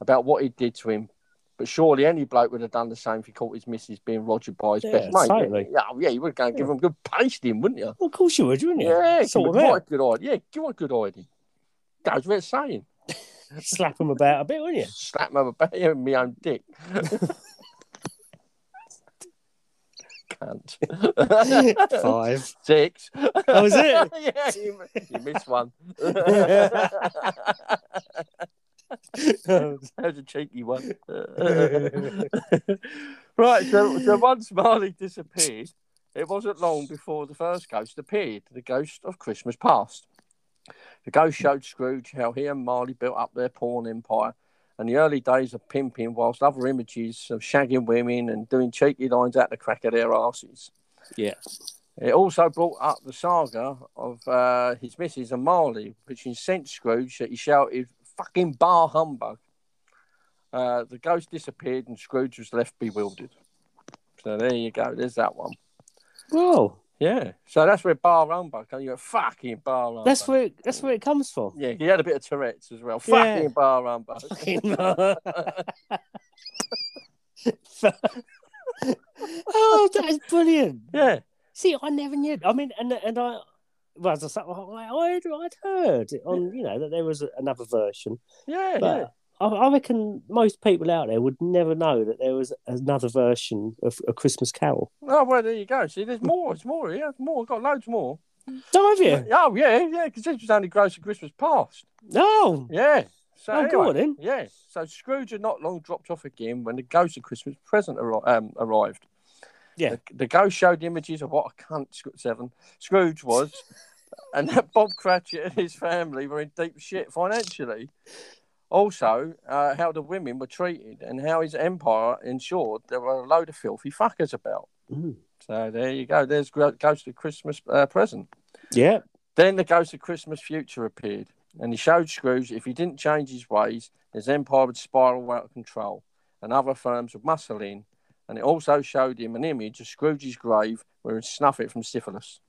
about what he did to him, but surely any bloke would have done the same if he caught his missus being rogered by his
Yeah,
best mate.
totally.
Yeah, oh, yeah, you would go and give him a good pasting, wouldn't you?
Well, of course you would, wouldn't you?
Yeah,
sort
give
of
him
out.
a good idea. Yeah, give him a good idea. Goes without saying. <laughs>
Slap him about a bit, wouldn't you?
Slap him over the back with my own dick. cunt.
Five.
Six.
Oh, is it?
<laughs> yeah, you, you missed one.
oh,
That was a cheeky one. uh, <laughs> right, so, so once Marley disappeared, it wasn't long before the first ghost appeared the ghost of Christmas past. The ghost showed Scrooge how he and Marley built up their porn empire and the early days of pimping, whilst other images of shagging women and doing cheeky lines out the crack of their asses.
Yeah.
It also brought up the saga of uh, his missus and Marley, which incensed Scrooge that he shouted, fucking bar humbug. Uh, the ghost disappeared and Scrooge was left bewildered. So there you go. There's that one.
Whoa.
Yeah. So that's where bar humbug. And you go, fucking bar humbug.
That's where that's where it comes from. <laughs>
Yeah, he had a bit of Tourette's as well.
Yeah.
Fucking
<laughs>
bar humbug.
oh, that is brilliant.
<laughs> yeah.
See, I never knew. I mean, and and I, well, as I said, I, I'd, I'd heard it on, you know, that there was another version,
Yeah.
but I, I reckon most people out there would never know that there was another version of a Christmas Carol.
yeah. Oh, well, there you go. See, there's more. It's more. Yeah, there's more. got loads more.
Oh, have you?
Oh, yeah. Yeah. Because this was only gross at Christmas past.
No.
Yeah. So
Oh, go
anyway,
on then.
Yeah. So Scrooge had not long dropped off again when the ghost of Christmas present arri- um, arrived.
Yeah.
The, the ghost showed images of what a cunt Sc- Seven Scrooge was, and that Bob Cratchit and his family were in deep shit financially. Also, uh, how the women were treated and how his empire ensured there were a load of filthy fuckers about.
Mm.
So there you go. There's Gro- Ghost of Christmas uh, present.
Yeah.
Then the ghost of Christmas future appeared, and he showed Scrooge if he didn't change his ways, his empire would spiral out of control, and other firms would muscle in. And it also showed him an image of Scrooge's grave where he'd snuff it from syphilis.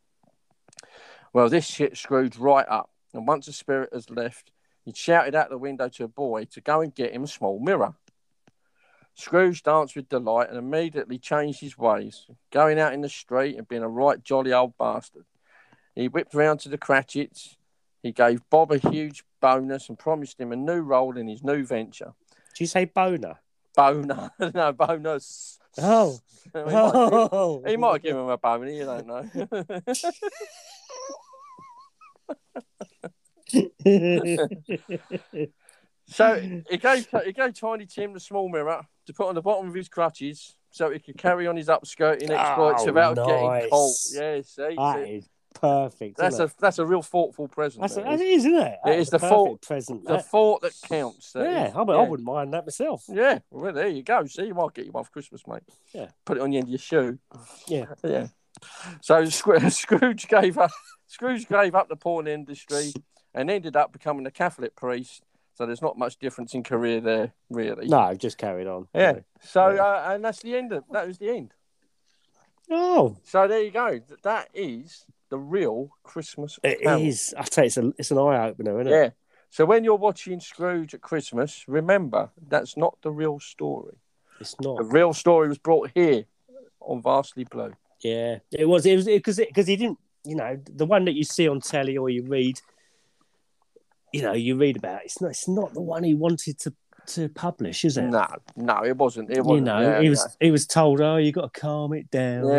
Well, this shit Scrooge right up, and once the spirit has left, he shouted out the window to a boy to go and get him a small mirror. Scrooge danced with delight and immediately changed his ways, going out in the street and being a right jolly old bastard. He whipped round to the Cratchits. He gave Bob a huge bonus and promised him a new role in his new venture.
Did you say boner?
Boner, <laughs> no bonus. <laughs>
Oh.
He
<laughs>
might,
Oh.
he might give him a boner. You don't know. <laughs> so he gave he gave Tiny Tim the small mirror to put on the bottom of his crutches. So he could carry on his upskirting exploits
Oh,
without
nice.
getting caught. Yeah, see,
<laughs> that
see.
is perfect.
that's
isn't
a
it?
that's a real thoughtful present.
That's a,
that
that
is.
is, isn't it? That
is
is
the
perfect
fault-
present.
the
that.
thought that counts. that
yeah,
is.
I, mean,
Yeah.
I wouldn't mind that myself.
Yeah, well, there you go. See, you might get you one for Christmas, mate.
Yeah.
Put it on the end of your shoe.
Yeah.
<laughs> Yeah. So Scro- <laughs> Scrooge gave up. Scrooge gave up the porn industry and ended up becoming a Catholic priest. So there's not much difference in career there, really.
No, I've just carried on.
Yeah. So
Yeah.
Uh, and that's the end of that was the end.
Oh,
So there you go. Th- That is the real Christmas.
it is.
Carol.
I tell you, it's, a, it's an eye opener, isn't it?
Yeah. So when you're watching Scrooge at Christmas, remember that's not the real story.
It's not.
The real story was brought here on Vastly Blue.
Yeah, it was. It was because because he didn't. You know, the one that you see on telly or you read. You know, you read about it's not. It's not the one he wanted to to publish, is it?
No, no, it wasn't. It
You
wasn't.
know,
yeah,
he was he was told, "Oh, you got to calm it down. you,
Yeah,
know,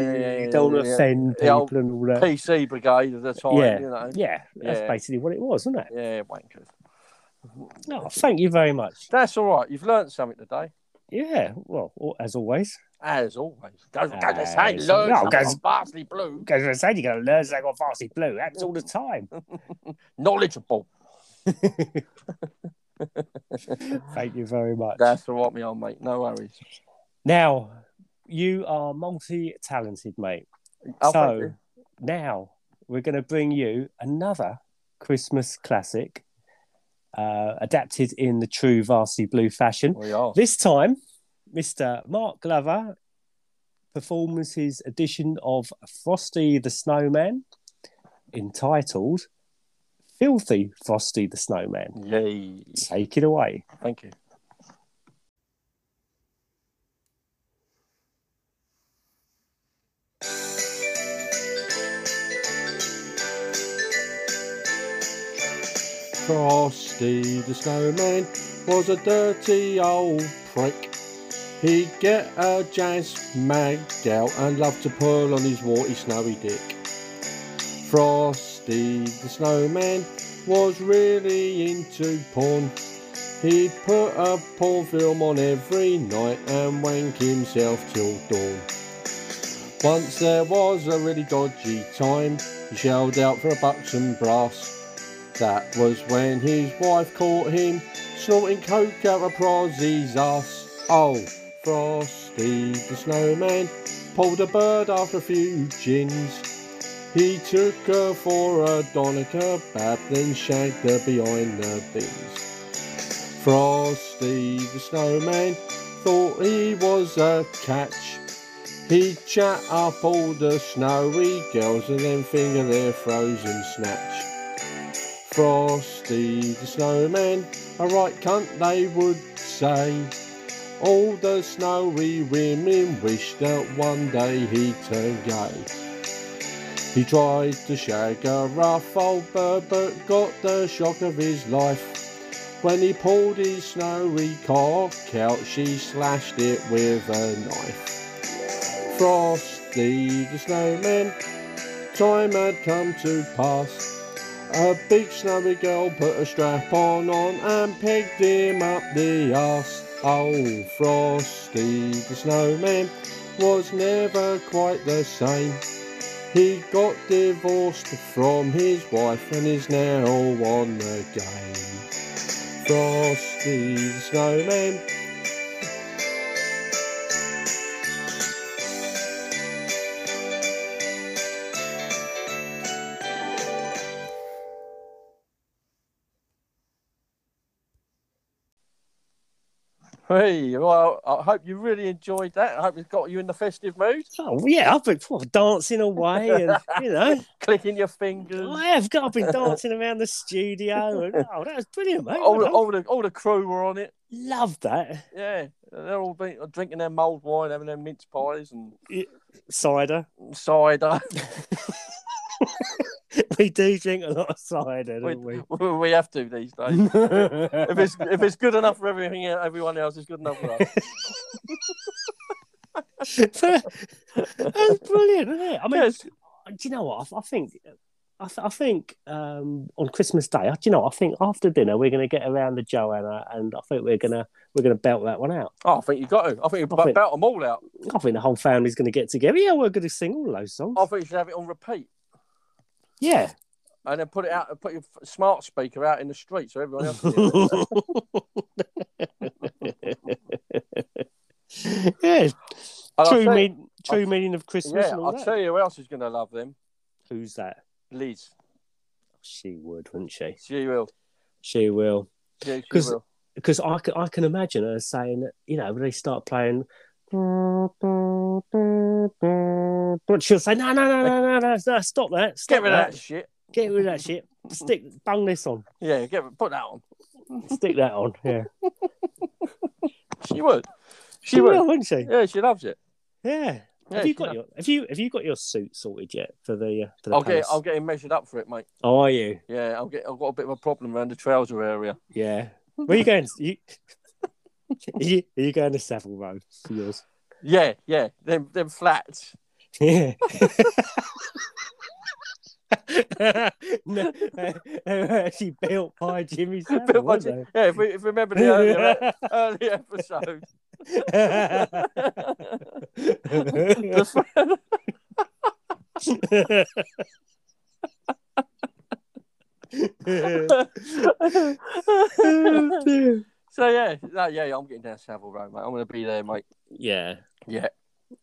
yeah, yeah,
you
yeah,
don't
yeah.
offend
The old
people and all
yeah.
that."
PC Brigade at the time.
Yeah.
You know.
Yeah, that's
Yeah.
basically what it was, wasn't it?
Yeah, wankers.
Oh, thank you very much.
That's all right. You've learnt something today,
Yeah, well, al- as always,
as always. Go, go to
As
say, learn
always.
no,
No,
something on Vastly Blue.
because as I said, you're going to learn something on Varsity Blue. That's all the
<laughs>
time.
Knowledgeable.
Thank you very much.
That's all right, me old mate. No worries.
Now, you are multi-talented, mate.
Oh, thank
so
you.
now we're going to bring you another Christmas classic, uh, adapted in the true Varsity Blue fashion.
we are.
This time, Mr. Mark Glover performs his edition of Frosty the Snowman, entitled "Filthy Frosty the Snowman."
Yay.
Take it away.
Thank you.
Frosty the Snowman was a dirty old prick.
He'd get a jazz magged out and loved to pull on his warty snowy dick. Frosty the snowman was really into porn. He'd put a porn film on every night and wank himself till dawn. Once there was a really dodgy time, he shelled out for a bucks and brass. That was when his wife caught him snorting coke out of Prozzy's ass. Oh, Frosty the snowman pulled a bird after a few gins. He took her for a doner kebab, then shagged her behind the beans. Frosty the snowman thought he was a catch. He'd chat up all the snowy girls and then finger their frozen snatch. Frosty the snowman, a right cunt they would say. All the snowy women wished that one day he'd turn gay. He tried to shag a rough old bird but got the shock of his life. When he pulled his snowy cock out, she slashed it with a knife. Frosty the snowman, time had come to pass. A big snowy girl put a strap on on and pegged him up the arse. Oh, Frosty the snowman was never quite the same. He got divorced from his wife and is now on the game. Frosty the snowman.
Hey, well, I hope you really enjoyed that. I hope it's got you in the festive mood,
Oh yeah, I've been phew, dancing away, and you know,
clicking your fingers.
I have got. I've been dancing around the studio, <laughs> and oh, that was brilliant, mate.
All the,
I
all the all the crew were on it.
love that
Yeah, they're all be- drinking their mulled wine, having their mince pies and
cider. <laughs>
cider.
we do drink a lot of cider,
We,
don't we?
<laughs> we have to
<laughs>
these days. if it's if it's good enough for everything, everyone else, it's good enough
<laughs>
for us.
That's brilliant, isn't it? I mean,
Yes.
do you know what? I, I think, I, th- I think um, on Christmas Day, I- do you know, what? I think after dinner we're going to get around the Joanna, and I think we're gonna we're gonna belt that one out.
Oh, I think you got to. I think you
I think-
belt them all out.
I think the whole family's going to get together. Yeah, we're going to sing all those songs.
I think you should have it on repeat.
Yeah.
and then put it out, put your f- smart speaker out in the street so everyone else.
<laughs>
Can hear it.
yeah,
And I'll
true,
tell-
mean, true meaning of Christmas.
Yeah,
and all
I'll
that.
tell you who else is going to love them.
Who's that?
Liz,
She would, wouldn't she?
she will.
She will.
Yeah, she
'Cause-
will.
because I can, I can imagine her saying, you know, when they start playing, but she'll say, no, no, no, no, no, no, no stop that. Stop
Get rid of that shit.
Get rid of that shit. Stick, bung this on.
Yeah, get rid- put that on.
Stick that on. Yeah.
She would. <laughs> She,
She
would.
will, wouldn't she?
Yeah, she loves it.
Yeah.
Yeah,
have you
she
got
loves-
your have you have you got your suit sorted yet for the uh, for the
I'll get.
palace?
I'll get him measured up for it, mate.
Oh, are you?
Yeah, I'll get. I've got a bit of a problem around the trouser area.
Yeah. Where are you going? <laughs> You, are you are you going to Savile Row for yours?
Yeah, yeah. Them, them flats.
Yeah. <laughs> no, they they were actually <laughs> built by Jimmy Savile.
Bit much-
weren't
yeah, if we if we remember
they?
the
<laughs>
earlier, earlier episode. The fl-
Oh, dear.
so yeah, no, yeah, I'm getting down Savile Row, mate. I'm going to be there, mate.
yeah. <laughs>
Yeah,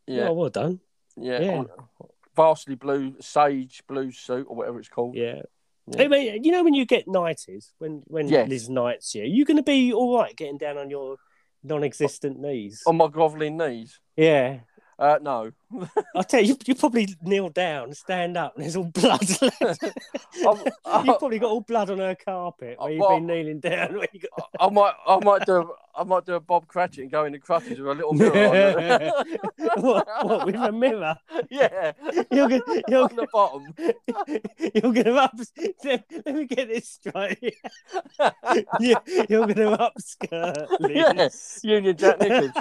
Well, Oh, well done.
yeah.
yeah.
Varsity blue, sage blue suit, or whatever it's called.
Yeah.
Yeah.
Hey, mate, you know when you get knighted, when when
Yes.
Liz knights you, you're going to
Um,
be all right getting down on your non-existent knees.
On my grovelling knees.
Yeah.
Uh, no,
I tell you, you probably kneel down, stand up, and there's all blood. <laughs> left.
I'm,
You've
I,
probably got all blood on her carpet where you've
Well-
been kneeling down. Where you got...
I might, I might do, I might do a Bob Cratchit and go in the crutches with a
<laughs>
little
<laughs>
mirror.
what, what, with a mirror?
On the, yeah,
You're gonna, you're,
on the
<laughs>
bottom.
you're gonna up. Let, let me get this straight. <laughs> you, you're gonna upskirt.
Yeah,
Liz.
Union Jack
<laughs>
Nichols.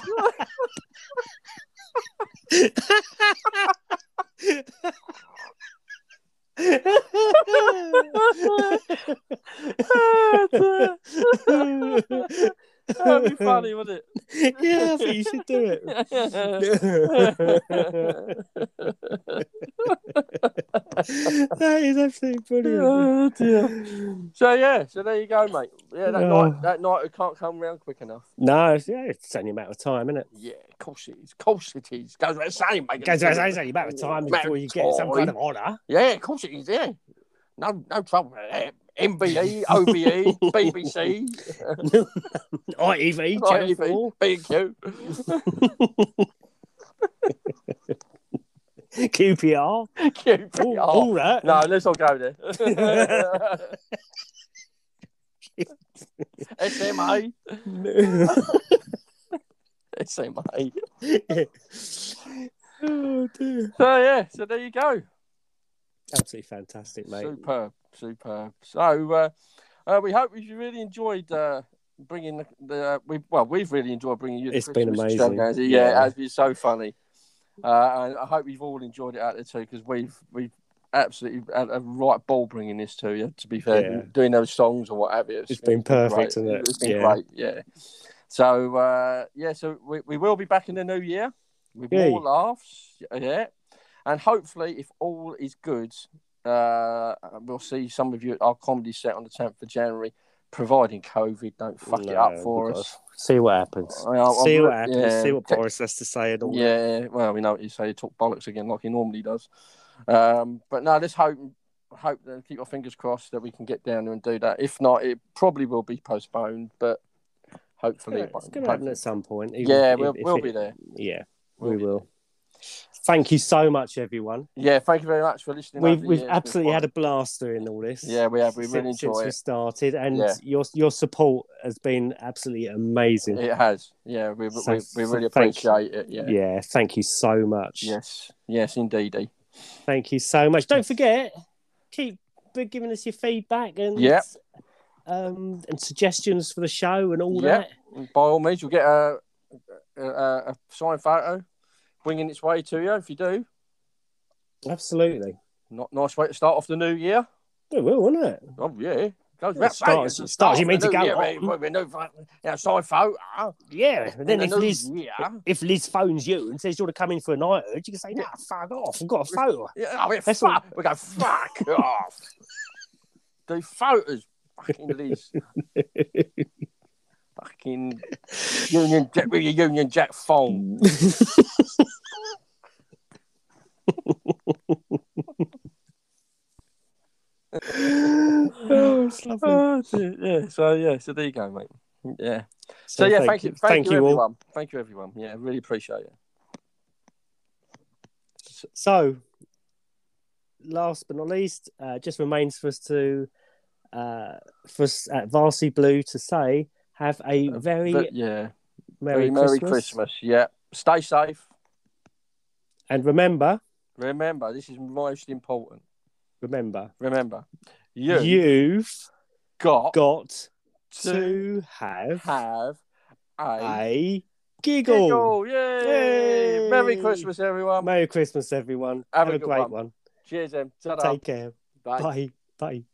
<laughs>
That'd be funny, wouldn't
yeah, I think you should do <laughs> it.
<laughs> it?
that is absolutely brilliant.
Oh, dear. So yeah, so there you go, mate. Yeah, that
Oh.
night, that night it can't come round quick enough.
No, it's, yeah, it's only a matter of time, isn't it?
Yeah, of course it is. Of course it is. Goes without saying, mate.
Guys, it's only a matter of time
Matter
before you
of
get some kind
time.
of honour.
Yeah, of course it is. Yeah, no, no trouble Eh, with that. <laughs> MBE, OBE, BBC, E
ITV, E Channel 4.
ITV, <laughs> BQ,
QPR, all,
QPR.
all that.
No, let's not go <laughs> there. SMA, SMA.
<laughs> oh dear.
So yeah, so there you go.
Absolutely fantastic, mate.
Superb, superb. So uh, uh, we hope you really enjoyed uh, bringing the, the uh, we well we've really enjoyed bringing you. the
It's been
Christmas
amazing.
extravaganza. Yeah,
Yeah.
it has been so funny, uh, and I hope you've all enjoyed it out there too because we've we've absolutely had a right ball bringing this to you. To be fair,
Yeah.
doing those songs and what have you.
It's been perfect,
great.
isn't it?
It's been
Yeah.
great. Yeah. So uh, yeah, so we, we will be back in the new year with
Yay.
more laughs. Yeah, and hopefully, if all is good, uh, we'll see some of you at our comedy set on the tenth of January, providing COVID don't fuck it up
No,
for
we've
us.
gotta See what happens.
Well, I'm
see
look-
what happens.
yeah.
See what Boris has to say and all that.
Yeah, well, we know what you say. You talk bollocks again, like he normally does. Um, but no, let's hope, hope that keep our fingers crossed that we can get down there and do that. If not, it probably will be postponed, but hopefully, it
It's
won't.
going to happen at some point. even
yeah,
if-
we'll,
if
we'll
it-
be there.
Yeah,
We'll
we
be
will. Thank you so much, everyone.
Yeah, thank you very much for listening.
We've we've absolutely had a blast doing all this.
yeah, we have. We really
since, since
enjoy
we
it.
started, and
Yeah.
your your support has been absolutely amazing.
It has. Yeah, we
So-
we, we really
so thank you.
appreciate it. Yeah.
Yeah. thank you so much.
Yes. Yes, indeedy.
Thank you so much. Don't forget, keep giving us your feedback and
Yep.
um, and suggestions for the show and all
Yep. By all means, you'll get a a, a, a signed photo winging its way to you if you do.
that. Absolutely.
Not nice way to start off the new year.
It will, won't it?
Oh yeah. Goes
Yeah,
round-
starts-
hey, it's the
starts, you mean
of the
to
new
go
year,
on.
mate, with a new pho- yeah, signed photo.
Yeah. And then
in
if
the new
Liz
year.
if Liz phones you and says you want to come in for a night urge, you can say, "Nah, fuck off. I've got a photo."
Yeah, I mean,
That's
fuck. We
<laughs>
go, fuck off. The photos,
<laughs>
fucking Liz. fucking Union Jack with your Union Jack phone.
oh, it's lovely.
Oh, dear, yeah, so yeah, so there you go, mate. Yeah. So,
So
yeah, thank you, thank, you, everyone.
all.
Thank you, everyone. Yeah, really appreciate it.
So, last but not least, uh, just remains for us to, uh, for us at Varsity Blue to say, have a very
But, yeah,
merry,
very Merry
Christmas.
Christmas. Yeah, stay safe.
and remember,
Remember, this is most important.
remember,
Remember, you
you've
got,
got
to
to have
have a
a
giggle.
giggle.
Yay!
Yay!
Merry Christmas, everyone.
Merry Christmas, everyone.
Have
Have,
a
a
good
great
one.
one.
Cheers, em. Ta-da.
Take care.
Bye.
Bye. Bye.